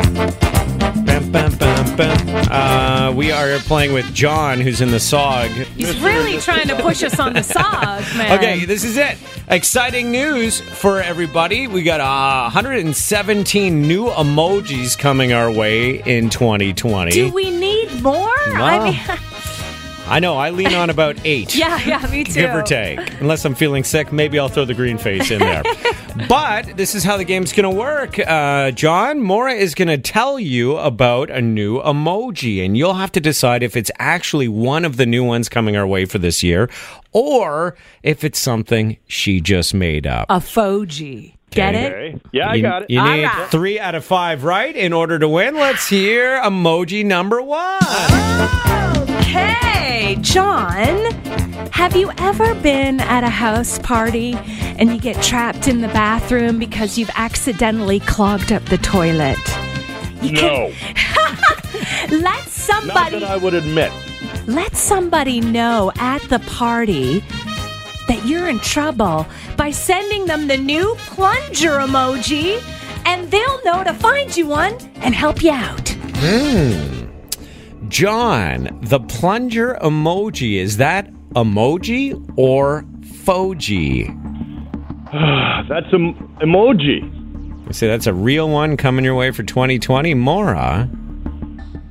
Speaker 5: Bam, bam, bam, bam. Uh, we are playing with John, who's in the SOG.
Speaker 4: He's really trying to push us on the sog, man.
Speaker 5: Okay, this is it. Exciting news for everybody. We got uh, 117 new emojis coming our way in 2020.
Speaker 4: Do we need more? I
Speaker 5: Wow.
Speaker 4: mean,
Speaker 5: I know, I lean on about eight.
Speaker 4: yeah, yeah, me too.
Speaker 5: Give or take. Unless I'm feeling sick, maybe I'll throw the green face in there. but this is how the game's going to work. Uh, John, Mora is going to tell you about a new emoji, and you'll have to decide if it's actually one of the new ones coming our way for this year or if it's something she just made up.
Speaker 4: A foji. Get it?
Speaker 11: Yeah, I
Speaker 5: you,
Speaker 11: got it.
Speaker 5: You
Speaker 4: All
Speaker 5: need
Speaker 4: right.
Speaker 5: three out of five right in order to win. Let's hear emoji number one.
Speaker 4: Okay, John. Have you ever been at a house party and you get trapped in the bathroom because you've accidentally clogged up the toilet? You
Speaker 11: No,
Speaker 4: can let
Speaker 11: not
Speaker 4: somebody
Speaker 11: that I would admit.
Speaker 4: let somebody know at the party that you're in trouble by sending them the new plunger emoji and they'll know to find you one and help you out.
Speaker 5: John, the plunger emoji, is that emoji or foji?
Speaker 11: That's an emoji.
Speaker 5: I say that's a real one coming your way for 2020. Mora.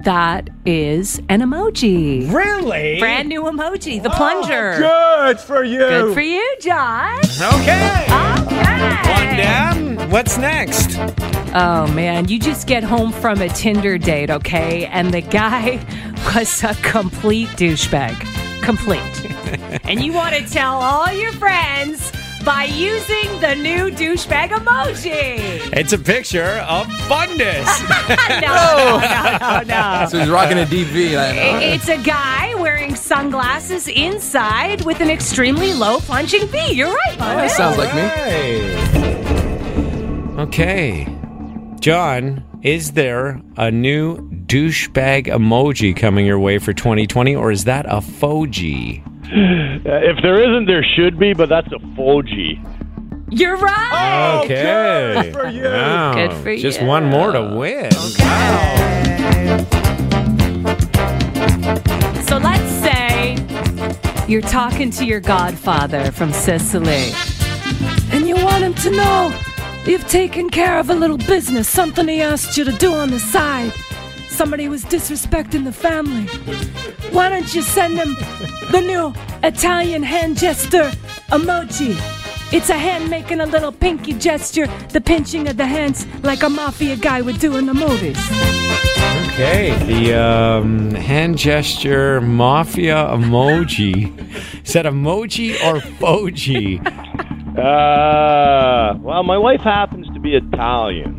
Speaker 4: That is an emoji.
Speaker 5: Really?
Speaker 4: Brand new emoji, the plunger.
Speaker 11: Oh, Good for you.
Speaker 4: Good for you, Josh.
Speaker 5: Okay. One
Speaker 4: Okay.
Speaker 5: down. What's next?
Speaker 4: Oh man, you just get home from a Tinder date, okay? And the guy was a complete douchebag. Complete. and you want to tell all your friends by using the new douchebag emoji.
Speaker 5: It's a picture of Fundus.
Speaker 4: no, no, no, no, no.
Speaker 6: So he's rocking a DV. I know.
Speaker 4: I- It's a guy wearing sunglasses inside with an extremely low plunging V. You're right, Bob.
Speaker 6: That sounds like me.
Speaker 5: Hey. Okay. John, is there a new douchebag emoji coming your way for 2020, or is that a foji?
Speaker 11: uh, if there isn't, there should be, but that's a foji.
Speaker 4: You're right.
Speaker 5: Okay.
Speaker 11: Oh, good for you.
Speaker 5: Wow.
Speaker 11: Good for
Speaker 5: Just
Speaker 11: you.
Speaker 5: one more to win.
Speaker 4: So let's say you're talking to your godfather from Sicily, and you want him to know you've taken care of a little business, something he asked you to do on the side. Somebody was disrespecting the family. Why don't you send him the new Italian hand gesture emoji? It's a hand making a little pinky gesture, the pinching of the hands like a mafia guy would do in the movies.
Speaker 5: Okay. The um, hand gesture mafia emoji. Is that emoji or foji?
Speaker 11: Uh, well, my wife happens to be Italian,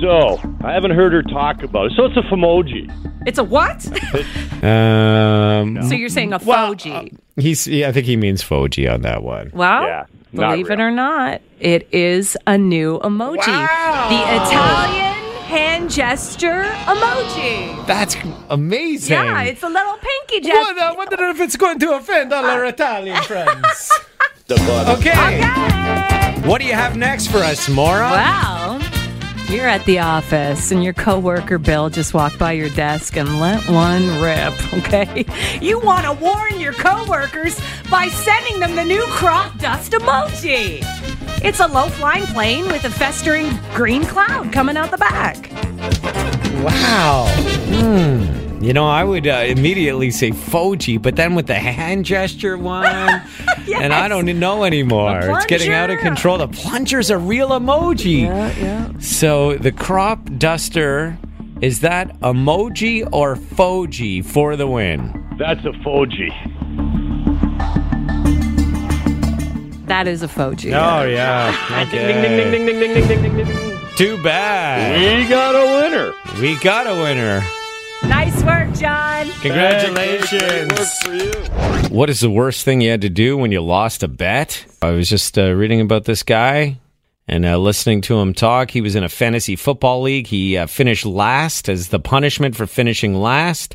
Speaker 11: so I haven't heard her talk about it. So it's a Famoji.
Speaker 7: It's a what?
Speaker 5: Um,
Speaker 7: So you're saying a foji?
Speaker 5: He's. Yeah, I think he means foji on that one.
Speaker 4: Well, believe it or not, it is a new emoji.
Speaker 7: The Italian hand gesture emoji.
Speaker 5: That's amazing.
Speaker 7: Yeah, it's a little pinky gesture.
Speaker 5: What, if it's going to offend all our Italian friends? Okay. What do you have next for us, Maura?
Speaker 4: Wow. You're at the office and your coworker Bill just walked by your desk and let one rip, okay?
Speaker 7: You want to warn your coworkers by sending them the new crop dust emoji. It's a low flying plane with a festering green cloud coming out the back.
Speaker 5: Wow. Hmm. You know, I would uh, immediately say Foji, but then with the hand gesture one, and I don't know anymore.
Speaker 9: The
Speaker 5: It's getting out of
Speaker 9: plunger.
Speaker 5: control. The plunger's a real emoji. Yeah, yeah. So the crop duster, is that emoji or Foji for the win?
Speaker 11: That's a Foji.
Speaker 4: That is a foji.
Speaker 5: Oh, yeah.
Speaker 11: Ding, ding, ding, ding, ding, ding, ding, ding, ding, ding.
Speaker 5: Too bad.
Speaker 11: We got a winner.
Speaker 5: We got a winner.
Speaker 7: Nice work, John.
Speaker 5: Congratulations. What is the worst thing you had to do when you lost a bet? I was just uh, reading about this guy and uh, listening to him talk. He was in a fantasy football league. He uh, finished last as the punishment for finishing last.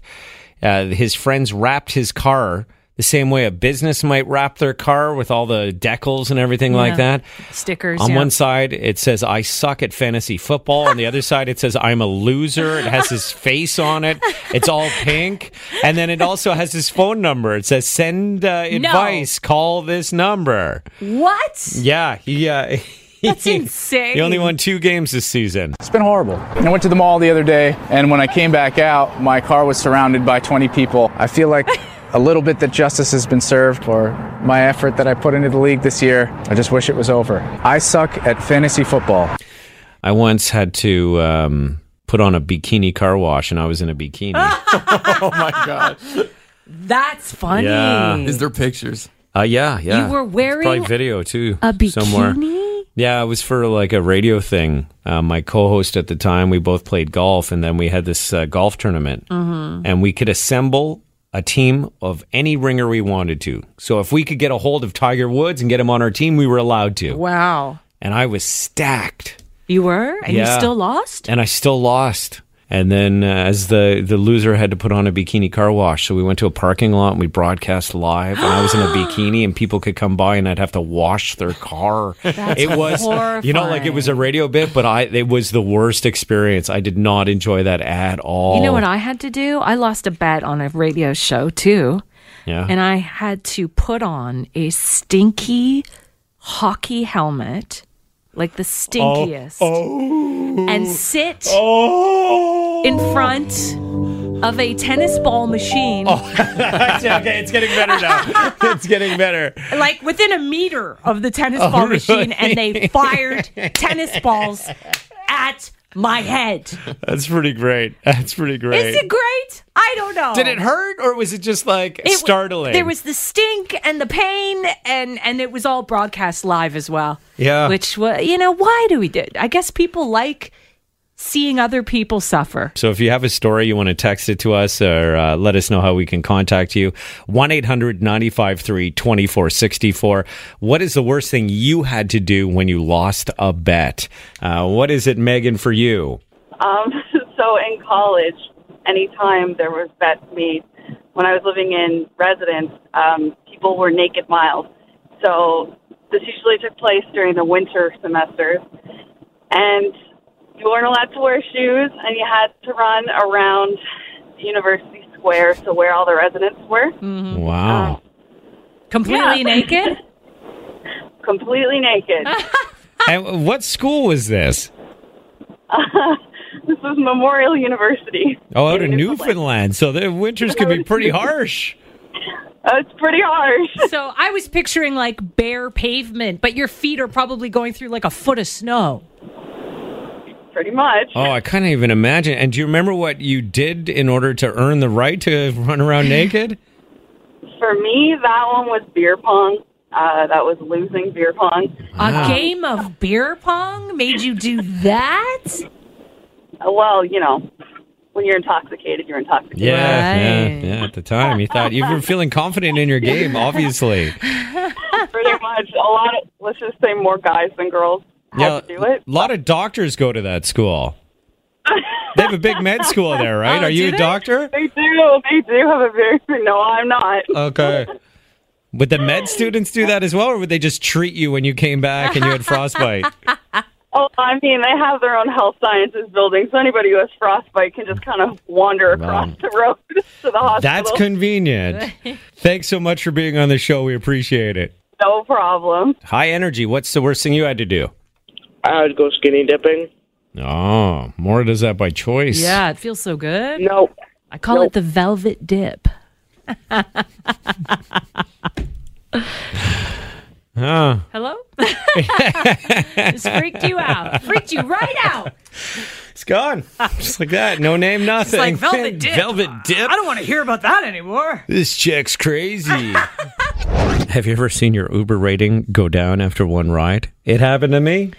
Speaker 5: Uh, his friends wrapped his car the same way a business might wrap their car with all the decals and everything like
Speaker 4: Yeah.
Speaker 5: that.
Speaker 4: Stickers.
Speaker 5: On
Speaker 4: yeah.
Speaker 5: one side, it says, I suck at fantasy football. On the other side, it says, I'm a loser. It has his face on it. It's all pink. And then it also has his phone number. It says, send uh, advice, call this number.
Speaker 7: What?
Speaker 5: Yeah, he, uh,
Speaker 7: That's insane.
Speaker 5: he only won two games this season.
Speaker 12: It's been horrible. I went to the mall the other day, and when I came back out, my car was surrounded by 20 people. I feel like a little bit that justice has been served for my effort that I put into the league this year. I just wish it was over. I suck at fantasy football.
Speaker 5: I once had to um, put on a bikini car wash, and I was in a bikini.
Speaker 6: oh my god.
Speaker 4: That's funny.
Speaker 5: Yeah.
Speaker 6: Is there pictures?
Speaker 5: Uh, yeah, yeah.
Speaker 4: You were wearing
Speaker 5: probably video too.
Speaker 4: a bikini?
Speaker 5: somewhere. Yeah, it was for like a radio thing. Uh, my co-host at the time, we both played golf, and then we had this uh, golf tournament,
Speaker 4: Mm-hmm.
Speaker 9: Mhm.
Speaker 5: and we could assemble a team of any ringer we wanted to. So if we could get a hold of Tiger Woods and get him on our team, we were allowed to.
Speaker 4: Wow.
Speaker 5: And I was stacked.
Speaker 4: You were? And
Speaker 5: Yeah.
Speaker 4: you still lost?
Speaker 5: And I still lost. And then, uh, as the the loser had to put on a bikini car wash, so we went to a parking lot and we broadcast live. And I was in a bikini, and people could come by, and I'd have to wash their car.
Speaker 9: That's
Speaker 5: it was, you know, like it was a radio bit, but I it was the worst experience. I did not enjoy that at all.
Speaker 4: You know what I had to do? I lost a bet on a radio show too.
Speaker 5: Yeah.
Speaker 4: And I had to put on a stinky hockey helmet, like the stinkiest,
Speaker 5: Oh,
Speaker 4: and sit in front of a tennis ball machine.
Speaker 5: Oh. okay, it's getting better now. it's getting better.
Speaker 7: Like within a meter of the tennis
Speaker 5: Oh,
Speaker 7: ball
Speaker 5: really?
Speaker 7: machine, and they fired tennis balls at my head.
Speaker 5: That's pretty great. That's pretty great.
Speaker 7: Is it great? I don't know.
Speaker 5: Did it hurt, or was it just like
Speaker 7: It w-
Speaker 5: startling?
Speaker 7: There was the stink and the pain, and and it was all broadcast live as well.
Speaker 5: Yeah.
Speaker 4: Which was, you know, why do we do? I guess people like seeing other people suffer.
Speaker 5: So if you have a story, you want to text it to us or uh, let us know how we can contact you. 1 800 953 2464. What is the worst thing you had to do when you lost a bet? Uh, what is it, Megan, for you?
Speaker 1: Um, so in college, anytime there was bets made, when I was living in residence, um, people were naked miles. So this usually took place during the winter semesters, and you weren't allowed to wear shoes, and you had to run around the university square to where all the residents were.
Speaker 5: Wow.
Speaker 4: Completely
Speaker 1: Yeah.
Speaker 4: naked?
Speaker 1: Completely naked.
Speaker 5: and what school was this?
Speaker 1: this is Memorial University.
Speaker 5: Oh, out of Newfoundland. So the winters can be pretty harsh.
Speaker 1: That's Uh, pretty harsh.
Speaker 4: So I was picturing like bare pavement, but your feet are probably going through like a foot of snow.
Speaker 1: Pretty much.
Speaker 5: Oh, I can't even imagine. And do you remember what you did in order to earn the right to run around naked?
Speaker 1: For me, that one was beer pong. Uh, that was losing beer pong.
Speaker 4: A game of beer pong made you do that?
Speaker 1: Uh, Well, you know, when you're intoxicated, you're intoxicated.
Speaker 5: Yeah, yeah, yeah. At the time, you thought you were feeling confident in your game, obviously.
Speaker 1: Pretty much. A lot of, let's just say more guys than girls.
Speaker 5: Yeah,
Speaker 1: do it.
Speaker 5: a lot of doctors go to that school. They have a big med school there, right?
Speaker 1: Oh,
Speaker 5: Are
Speaker 1: do
Speaker 5: you a
Speaker 1: they?
Speaker 5: doctor?
Speaker 1: They do. They do have a very, no, I'm not.
Speaker 5: Okay. Would the med students do that as well, or would they just treat you when you came back and you had frostbite?
Speaker 1: Oh, I mean, they have their own health sciences building, so anybody who has frostbite can just kind of wander across the road to the hospital.
Speaker 5: That's convenient. Thanks so much for being on the show. We appreciate it.
Speaker 1: no problem.
Speaker 5: High energy. What's the worst thing you had to do?
Speaker 13: I would go skinny dipping.
Speaker 5: Oh, Maura does that by choice.
Speaker 4: Yeah, it feels so good.
Speaker 13: No.
Speaker 4: I call it the velvet dip.
Speaker 5: Huh.
Speaker 4: Hello? This freaked you out. Freaked you right out.
Speaker 5: It's gone. Just like that. No name, nothing.
Speaker 4: like velvet dip.
Speaker 5: Velvet dip.
Speaker 7: I don't want to hear about that anymore.
Speaker 5: This check's crazy. Have you ever seen your Uber rating go down after one ride? It happened to me.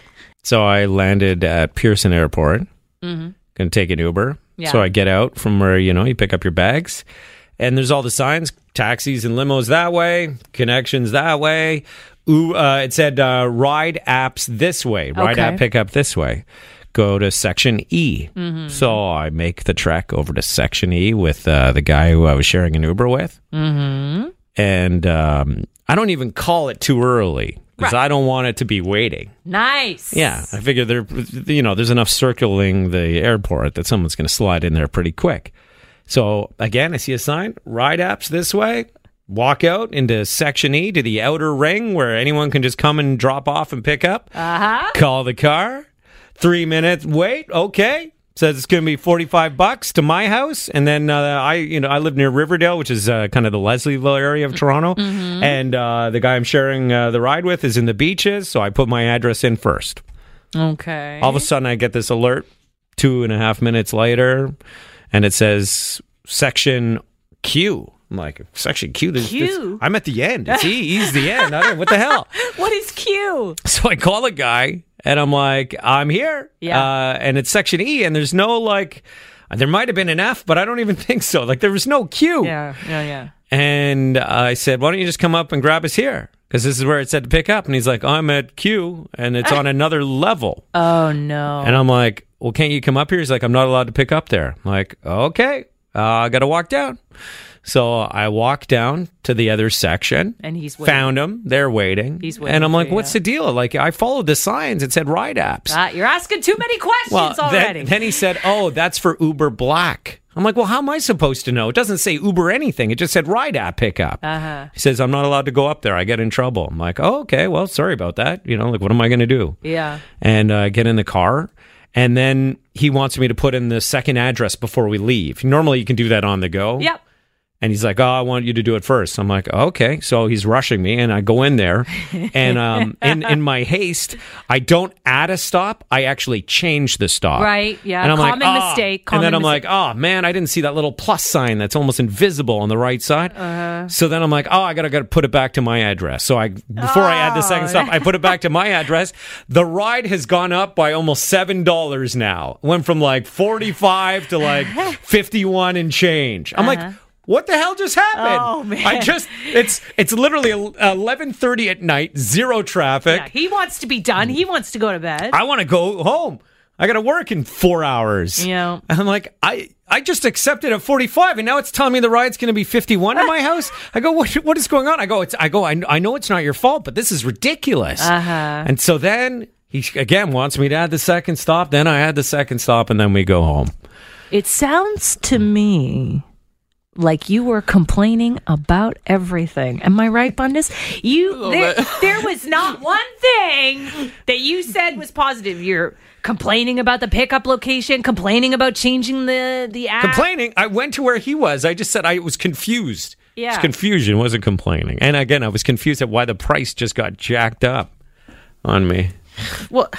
Speaker 5: So I landed at Pearson Airport.
Speaker 4: Mhm.
Speaker 5: Gonna take an Uber.
Speaker 4: Yeah.
Speaker 5: So I get out from where, you know, you pick up your bags and there's all the signs, taxis and limos that way, connections that way. Ooh, uh, it said uh, ride apps this way, ride
Speaker 2: Okay.
Speaker 5: app pickup this way. Go to section E.
Speaker 2: Mhm.
Speaker 5: So I make the trek over to section E with uh, the guy who I was sharing an Uber with
Speaker 2: Mm-hmm.
Speaker 5: and um, I don't even call it too early because I don't want it to be waiting.
Speaker 4: Nice.
Speaker 5: Yeah, I figure there, you know, there's enough circling the airport that someone's going to slide in there pretty quick. So again, I see a sign: ride apps this way. Walk out into section E to the outer ring where anyone can just come and drop off and pick up.
Speaker 4: Uh-huh.
Speaker 5: Call the car. Three minutes wait. Okay. Says it's going to be forty-five bucks to my house, and then uh, I, you know, I live near Riverdale, which is uh, kind of the Leslieville area of Toronto, and uh, the guy I'm sharing uh, the ride with is in the beaches, so I put my address in first.
Speaker 4: Okay.
Speaker 5: All of a sudden, I get this alert two and a half minutes later, and it says section Q. I'm like, section Q? There's, there's-
Speaker 4: Q?
Speaker 5: I'm at the end. It's E. E's the end. I don't, what the hell?
Speaker 4: What is Q?
Speaker 5: So I call a guy and I'm like, I'm here.
Speaker 4: Yeah.
Speaker 5: Uh, and it's section E, and there's no like, there might have been an F, but I don't even think so. Like, there was no Q.
Speaker 4: Yeah, yeah, yeah.
Speaker 5: And I said, why don't you just come up and grab us here? Because this is where it said to pick up. And he's like, I'm at Q, and it's on another level.
Speaker 4: Oh no.
Speaker 5: And I'm like, well, can't you come up here? He's like, I'm not allowed to pick up there. I'm like, okay, uh, I got to walk down. So I walk down to the other section.
Speaker 4: And he's waiting.
Speaker 5: Found him. They're waiting.
Speaker 4: He's waiting
Speaker 5: and I'm like,
Speaker 4: for you.
Speaker 5: what's the deal? Like, I followed the signs. It said ride apps.
Speaker 4: Ah, you're asking too many questions
Speaker 5: well,
Speaker 4: already.
Speaker 5: then, then he said, oh, that's for Uber Black. I'm like, well, how am I supposed to know? It doesn't say Uber anything. It just said ride app pickup.
Speaker 4: uh-huh.
Speaker 5: He says, I'm not allowed to go up there. I get in trouble. I'm like, oh, okay. Well, sorry about that. You know, like, what am I going to do?
Speaker 4: Yeah.
Speaker 5: and uh, get in the car. And then he wants me to put in the second address before we leave. Normally, you can do that on the go.
Speaker 4: Yep.
Speaker 5: And he's like, "Oh, I want you to do it first. I'm like, "Okay." So he's rushing me, and I go in there, and um, in in my haste, I don't add a stop. I actually change the stop.
Speaker 4: Right, yeah.
Speaker 5: And I'm
Speaker 4: Common
Speaker 5: like, "Ah."
Speaker 4: mistake,
Speaker 5: And then
Speaker 4: common
Speaker 5: I'm like, "Oh man, I didn't see that little plus sign that's almost invisible on the right side."
Speaker 4: Uh-huh.
Speaker 5: So then I'm like, "Oh, I gotta gotta put it back to my address." So I before I add the second stop, I put it back to my address. The ride has gone up by almost seven dollars now. Went from like forty five to like fifty one and change. I'm
Speaker 4: Uh-huh.
Speaker 5: like. What the hell just happened?
Speaker 4: Oh, man.
Speaker 5: I just it's it's literally eleven thirty at night, zero traffic.
Speaker 4: Yeah, he wants to be done. He wants to go to bed.
Speaker 5: I want to go home. I got to work in four hours.
Speaker 4: Yeah.
Speaker 5: And I'm like, I, I just accepted at 45, and now it's telling me the ride's going to be 51 at my house. I go, what, what is going on? I go, it's, I go, I, I know it's not your fault, but this is ridiculous.
Speaker 4: Uh-huh.
Speaker 5: And so then he again wants me to add the second stop. Then I add the second stop, and then we go home.
Speaker 4: It sounds to me like you were complaining about everything. Am I right, Bundes? You
Speaker 7: There, there was not one thing that you said was positive. You're
Speaker 4: complaining about the pickup location, complaining about changing the the app.
Speaker 5: Complaining. I went to where he was. I just said I was confused.
Speaker 4: Yeah.
Speaker 5: It's confusion, wasn't complaining. And again, I was confused at why the price just got jacked up on me.
Speaker 4: Well,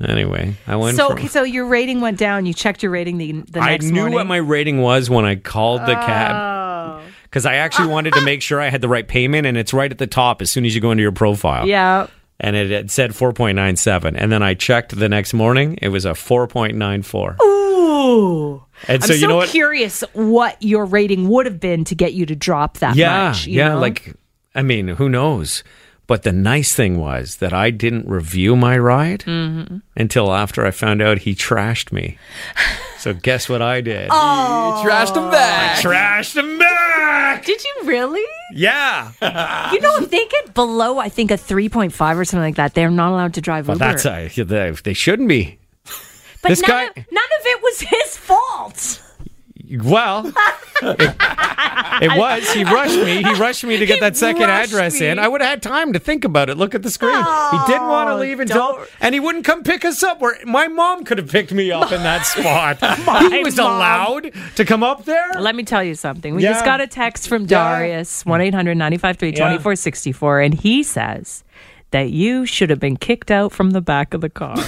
Speaker 5: Anyway, I went
Speaker 4: so
Speaker 5: from-
Speaker 4: okay, so your rating went down. You checked your rating the the
Speaker 5: I
Speaker 4: next
Speaker 5: knew
Speaker 4: morning. Oh.
Speaker 5: what my rating was when I called the cab because I actually wanted to make sure I had the right payment, and it's right at the top as soon as you go into your profile.
Speaker 4: yeah.
Speaker 5: And it, it said 4.97. And then I checked the next morning, it was a 4.94.
Speaker 4: Ooh.
Speaker 5: And so
Speaker 4: I'm
Speaker 5: you know what?
Speaker 4: curious what your rating would have been to get you to drop that
Speaker 5: yeah,
Speaker 4: much. you
Speaker 5: yeah.
Speaker 4: know?
Speaker 5: Like, I mean, who knows? But the nice thing was that I didn't review my ride
Speaker 4: Mhm.
Speaker 5: until after I found out he trashed me. so guess what I did?
Speaker 4: Oh.
Speaker 6: You trashed him back.
Speaker 5: I trashed him back.
Speaker 4: Did you really?
Speaker 5: Yeah.
Speaker 4: You know, if they get below, I think a three point five or something like that, they're not allowed to drive
Speaker 5: Well,
Speaker 4: Uber.
Speaker 5: that's uh, they, they shouldn't be.
Speaker 4: but
Speaker 5: this
Speaker 4: none,
Speaker 5: guy-
Speaker 4: of, none of it was his fault.
Speaker 5: Well, it, it was. He rushed me. He rushed me to get that second
Speaker 4: rushed
Speaker 5: address in.
Speaker 4: me.
Speaker 5: I would have had time to think about it. Look at the screen. he didn't want to leave until, and he wouldn't come pick us up. Where my mom could have picked me up in that spot. he was allowed to come up there.
Speaker 4: Let me tell you something. We just
Speaker 5: Yeah.
Speaker 4: got a text from Darius, 1 800 953 2464, and he says that you should have been kicked out from the back of the car.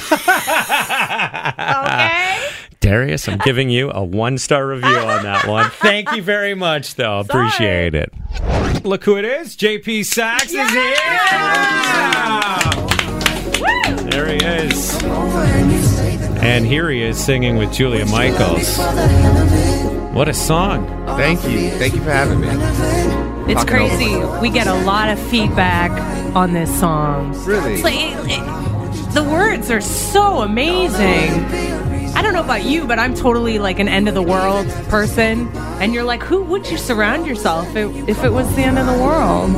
Speaker 5: Okay. Darius, I'm giving you a one star review on that one. Thank you very much, though. Appreciate it. Look who it is. JP Sachs is here. There he is. And here he is singing with Julia Michaels. What a song. Thank you. Thank you for having me.
Speaker 4: It's crazy. We get a lot of feedback on this song.
Speaker 2: Really?
Speaker 4: It's like, it- it- the words are so amazing. I don't know about you, but I'm totally like an end of the world person. And you're like, who would you surround yourself if, if it was the end of the world?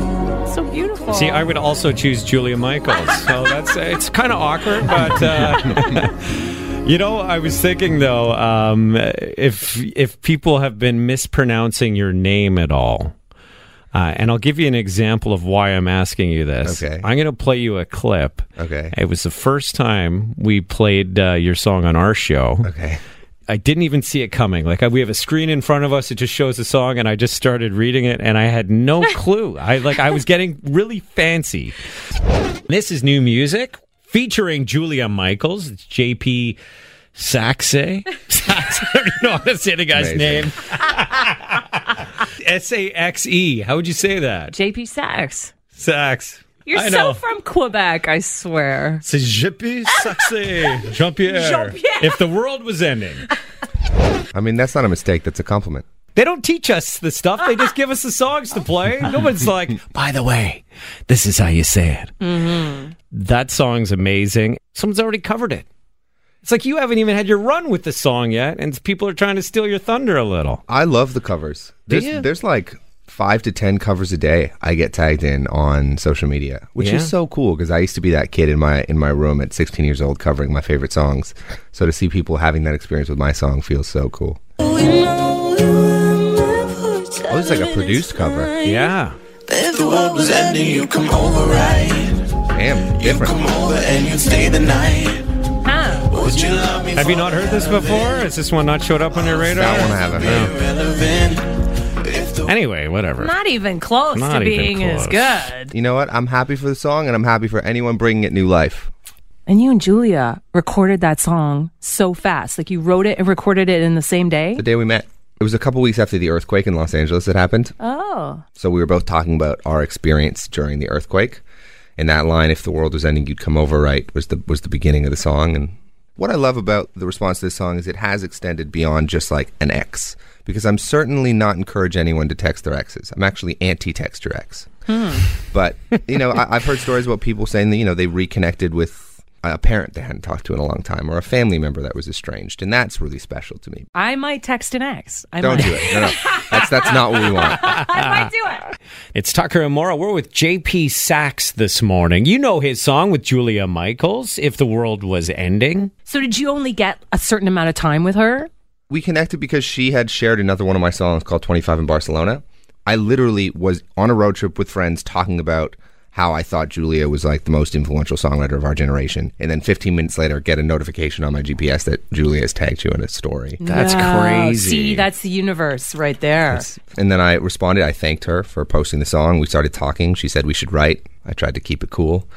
Speaker 4: So beautiful.
Speaker 5: See, I would also choose Julia Michaels. So that's it's kind of awkward, but uh, you know, I was thinking though, um, if if people have been mispronouncing your name at all, uh, and I'll give you an example of why I'm asking you this. Okay, I'm going to play you a clip. Okay, it was the first time we played uh, your song on our show. Okay. I didn't even see it coming. Like I, we have a screen in front of us; it just shows the song, and I just started reading it, and I had no clue. I like I was getting really fancy. This is new music featuring Julia Michaels. It's JP Saxe. Saxe. I don't know how to say the guy's name. S A X E. How would you say that?
Speaker 4: JP Sachs.
Speaker 5: Sax.
Speaker 4: You're
Speaker 5: I
Speaker 4: so
Speaker 5: know.
Speaker 4: from Quebec, I swear.
Speaker 5: C'est JP Saxe. Jean Pierre.
Speaker 4: Jean-Pierre.
Speaker 5: If the world was ending.
Speaker 2: I mean, that's not a mistake. That's a compliment.
Speaker 5: They don't teach us the stuff. They just give us the songs to play. Nobody's like, by the way, this is how you say it.
Speaker 4: Mm-hmm.
Speaker 5: That song's amazing. Someone's already covered it. It's like you haven't even had your run with the song yet, and people are trying to steal your thunder a little.
Speaker 2: I love the covers.
Speaker 5: Do
Speaker 2: There's,
Speaker 5: you?
Speaker 2: there's like five to ten covers a day I get tagged in on social media, which
Speaker 5: Yeah.
Speaker 2: is so cool because I used to be that kid in my in my room at 16 years old covering my favorite songs. So to see people having that experience with my song feels so cool. Oh, it's like a produced cover.
Speaker 4: Mm-hmm.
Speaker 5: Yeah.
Speaker 14: If the world was ending, you come over right.
Speaker 2: Damn, different.
Speaker 14: Over and you stay the night. Would you love me?
Speaker 5: Have you not heard this before? Has this one not showed up on your radar?
Speaker 2: That one I haven't heard.
Speaker 14: Relevant. If the
Speaker 5: Anyway, whatever.
Speaker 4: Not even close
Speaker 2: Not
Speaker 4: to
Speaker 2: even
Speaker 4: being as
Speaker 2: close.
Speaker 4: good.
Speaker 2: You know what? I'm happy for the song, and I'm happy for anyone bringing it new life.
Speaker 4: And you and Julia recorded that song so fast. Like you wrote it and recorded it in the same day.
Speaker 2: The day we met, it was a couple weeks after the earthquake in Los Angeles that happened.
Speaker 4: Oh.
Speaker 2: So we were both talking about our experience during the earthquake, and that line, "If the world was ending, you'd come over," right, was the was the beginning of the song. And what I love about the response to this song is it has extended beyond just like an ex, because I'm certainly not encourage anyone to text their exes. I'm actually anti-text your ex. But you know, I, I've heard stories about people saying that you know they reconnected with a parent they hadn't talked to in a long time, or a family member that was estranged, and that's really special to me.
Speaker 4: I might text an ex. I
Speaker 2: Don't
Speaker 4: might.
Speaker 2: do it. No, no. That's that's not what we want.
Speaker 4: I might do it.
Speaker 5: It's Tucker and Mora. We're with JP Sachs this morning. You know his song with Julia Michaels, If the World Was Ending.
Speaker 4: So did you only get a certain amount of time with her?
Speaker 2: we connected because she had shared another one of my songs called 25 in Barcelona. I literally was on a road trip with friends talking about how I thought Julia was like the most influential songwriter of our generation. And then 15 minutes later, get a notification on my GPS that Julia has tagged you in a story.
Speaker 4: No. See, that's the universe right there.
Speaker 2: And then I responded. I thanked her for posting the song. We started talking. She said we should write. I tried to keep it cool.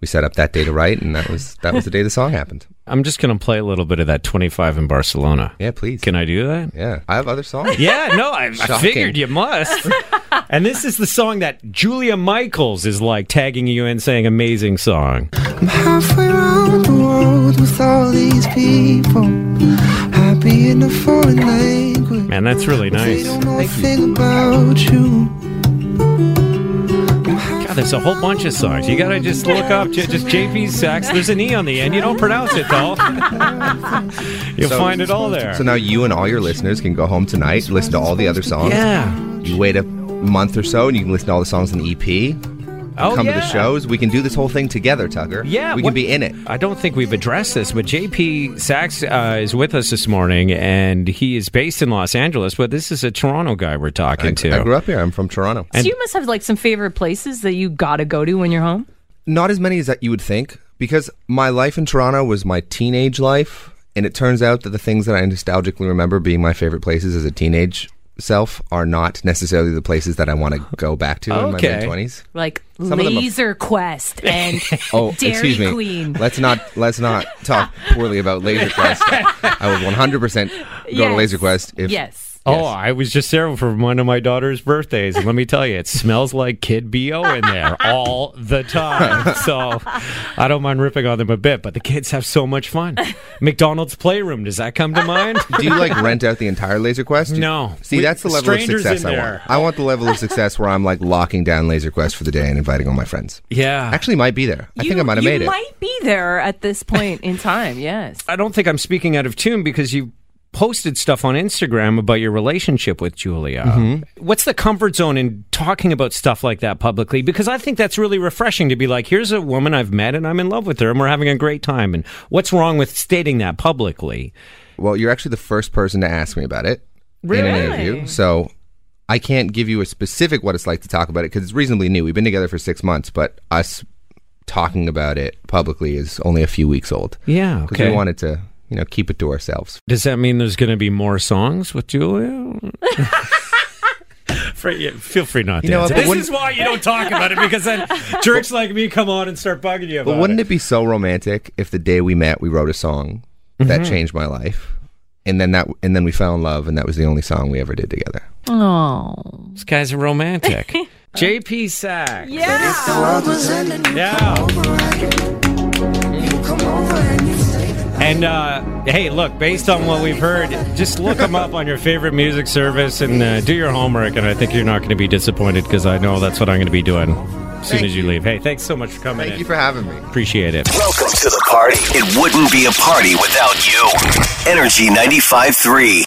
Speaker 2: We set up that day to write, and that was that was the day the song happened.
Speaker 5: I'm just going to play a little bit of that 25 in Barcelona.
Speaker 2: Yeah, please.
Speaker 5: Can I do that?
Speaker 2: Yeah. I have other songs.
Speaker 5: Yeah, no, I, I
Speaker 2: Shocking.
Speaker 5: figured you must. and this is the song that Julia Michaels is like tagging you in saying amazing song.
Speaker 15: I'm halfway around the world with all these people. Happy in a foreign language.
Speaker 5: Man, that's really nice.
Speaker 15: Nothing about you.
Speaker 5: God, there's a whole bunch of songs. You got to just look up j- just JP Sachs. There's an E on the end. You don't pronounce it, though. You'll
Speaker 2: So-
Speaker 5: find it all there.
Speaker 2: So now you and all your listeners can go home tonight, listen to all the other songs.
Speaker 5: Yeah.
Speaker 2: You wait a month or so and you can listen to all the songs in the EP.
Speaker 5: Oh,
Speaker 2: Come to
Speaker 5: yeah.
Speaker 2: the shows. We can do this whole thing together, Tucker.
Speaker 5: Yeah,
Speaker 2: We
Speaker 5: what-
Speaker 2: can be in it.
Speaker 5: I don't think we've addressed this, but JP Sachs uh, is with us this morning, and he is based in Los Angeles, but this is a Toronto guy we're talking to.
Speaker 2: I grew up here. I'm from Toronto.
Speaker 4: so you must have like some favorite places that you gotta go to when you're home.
Speaker 2: Not as many as that you would think, because my life in Toronto was my teenage life, and it turns out that the things that I nostalgically remember being my favorite places as a teenage self are not necessarily the places that I want to go back to in my
Speaker 4: Okay.
Speaker 2: mid twenties.
Speaker 4: Like
Speaker 2: Some of them are-
Speaker 4: Laser Quest and
Speaker 2: Oh,
Speaker 4: Dairy
Speaker 2: excuse me.
Speaker 4: Queen.
Speaker 2: Let's not let's not talk poorly about Laser Quest. I would 100% go to
Speaker 4: Yes.
Speaker 2: Laser Quest if
Speaker 4: yes.
Speaker 5: Oh, I was just there for one of my daughter's birthdays, and let me tell you, it smells like Kid Bo in there all the time. So I don't mind ripping on them a bit, but the kids have so much fun. McDonald's Playroom, does that come to mind?
Speaker 2: Do you like rent out the entire Laser Quest? No. See,
Speaker 5: We-
Speaker 2: that's the level of
Speaker 5: strangers
Speaker 2: success
Speaker 5: in
Speaker 2: I
Speaker 5: there.
Speaker 2: want. I want the level of success where I'm like locking down Laser Quest for the day and inviting all my friends.
Speaker 5: Yeah.
Speaker 2: Actually, might be there. I think I might have
Speaker 4: you
Speaker 2: made it.
Speaker 4: might be there at this point in time, yes.
Speaker 5: I don't think I'm speaking out of tune because you posted stuff on Instagram about your relationship with Julia.
Speaker 2: Mhm.
Speaker 5: What's the comfort zone in talking about stuff like that publicly? Because I think that's really refreshing to be like, here's a woman I've met and I'm in love with her and we're having a great time. And what's wrong with stating that publicly?
Speaker 2: Well, you're actually the first person to ask me about it in an interview.
Speaker 5: Really?
Speaker 2: So I can't give you a specific what it's like to talk about it because it's reasonably new. We've been together for six months, but us talking about it publicly is only a few weeks old.
Speaker 5: Yeah,
Speaker 2: 'Cause
Speaker 5: okay.
Speaker 2: we wanted to, you know, keep it to ourselves.
Speaker 5: Does that mean there's going to be more songs with Julia? Fre- yeah, Feel free not
Speaker 2: You
Speaker 5: to.
Speaker 2: know,
Speaker 5: answer.
Speaker 2: but
Speaker 5: this
Speaker 2: wouldn't-
Speaker 5: is why you don't talk about it because then jerks like me come on and start bugging you about
Speaker 2: But wouldn't it. be so romantic if the day we met we wrote a song that
Speaker 5: Mhm.
Speaker 2: changed my life? And then that and then we fell in love and that was the only song we ever did together.
Speaker 4: Oh.
Speaker 5: This guy's a romantic. JP Sachs.
Speaker 15: The world was ending.
Speaker 5: Yeah. And uh, hey, look, based on what we've heard, just look them up on your favorite music service and uh, do your homework. And I think you're not going to be disappointed because I know that's what I'm going to be doing as soon as you leave. Hey, thanks so much for coming. Thank you
Speaker 2: for having me.
Speaker 5: Appreciate it.
Speaker 1: Welcome to the party. It wouldn't be a party without you. Energy 95.3.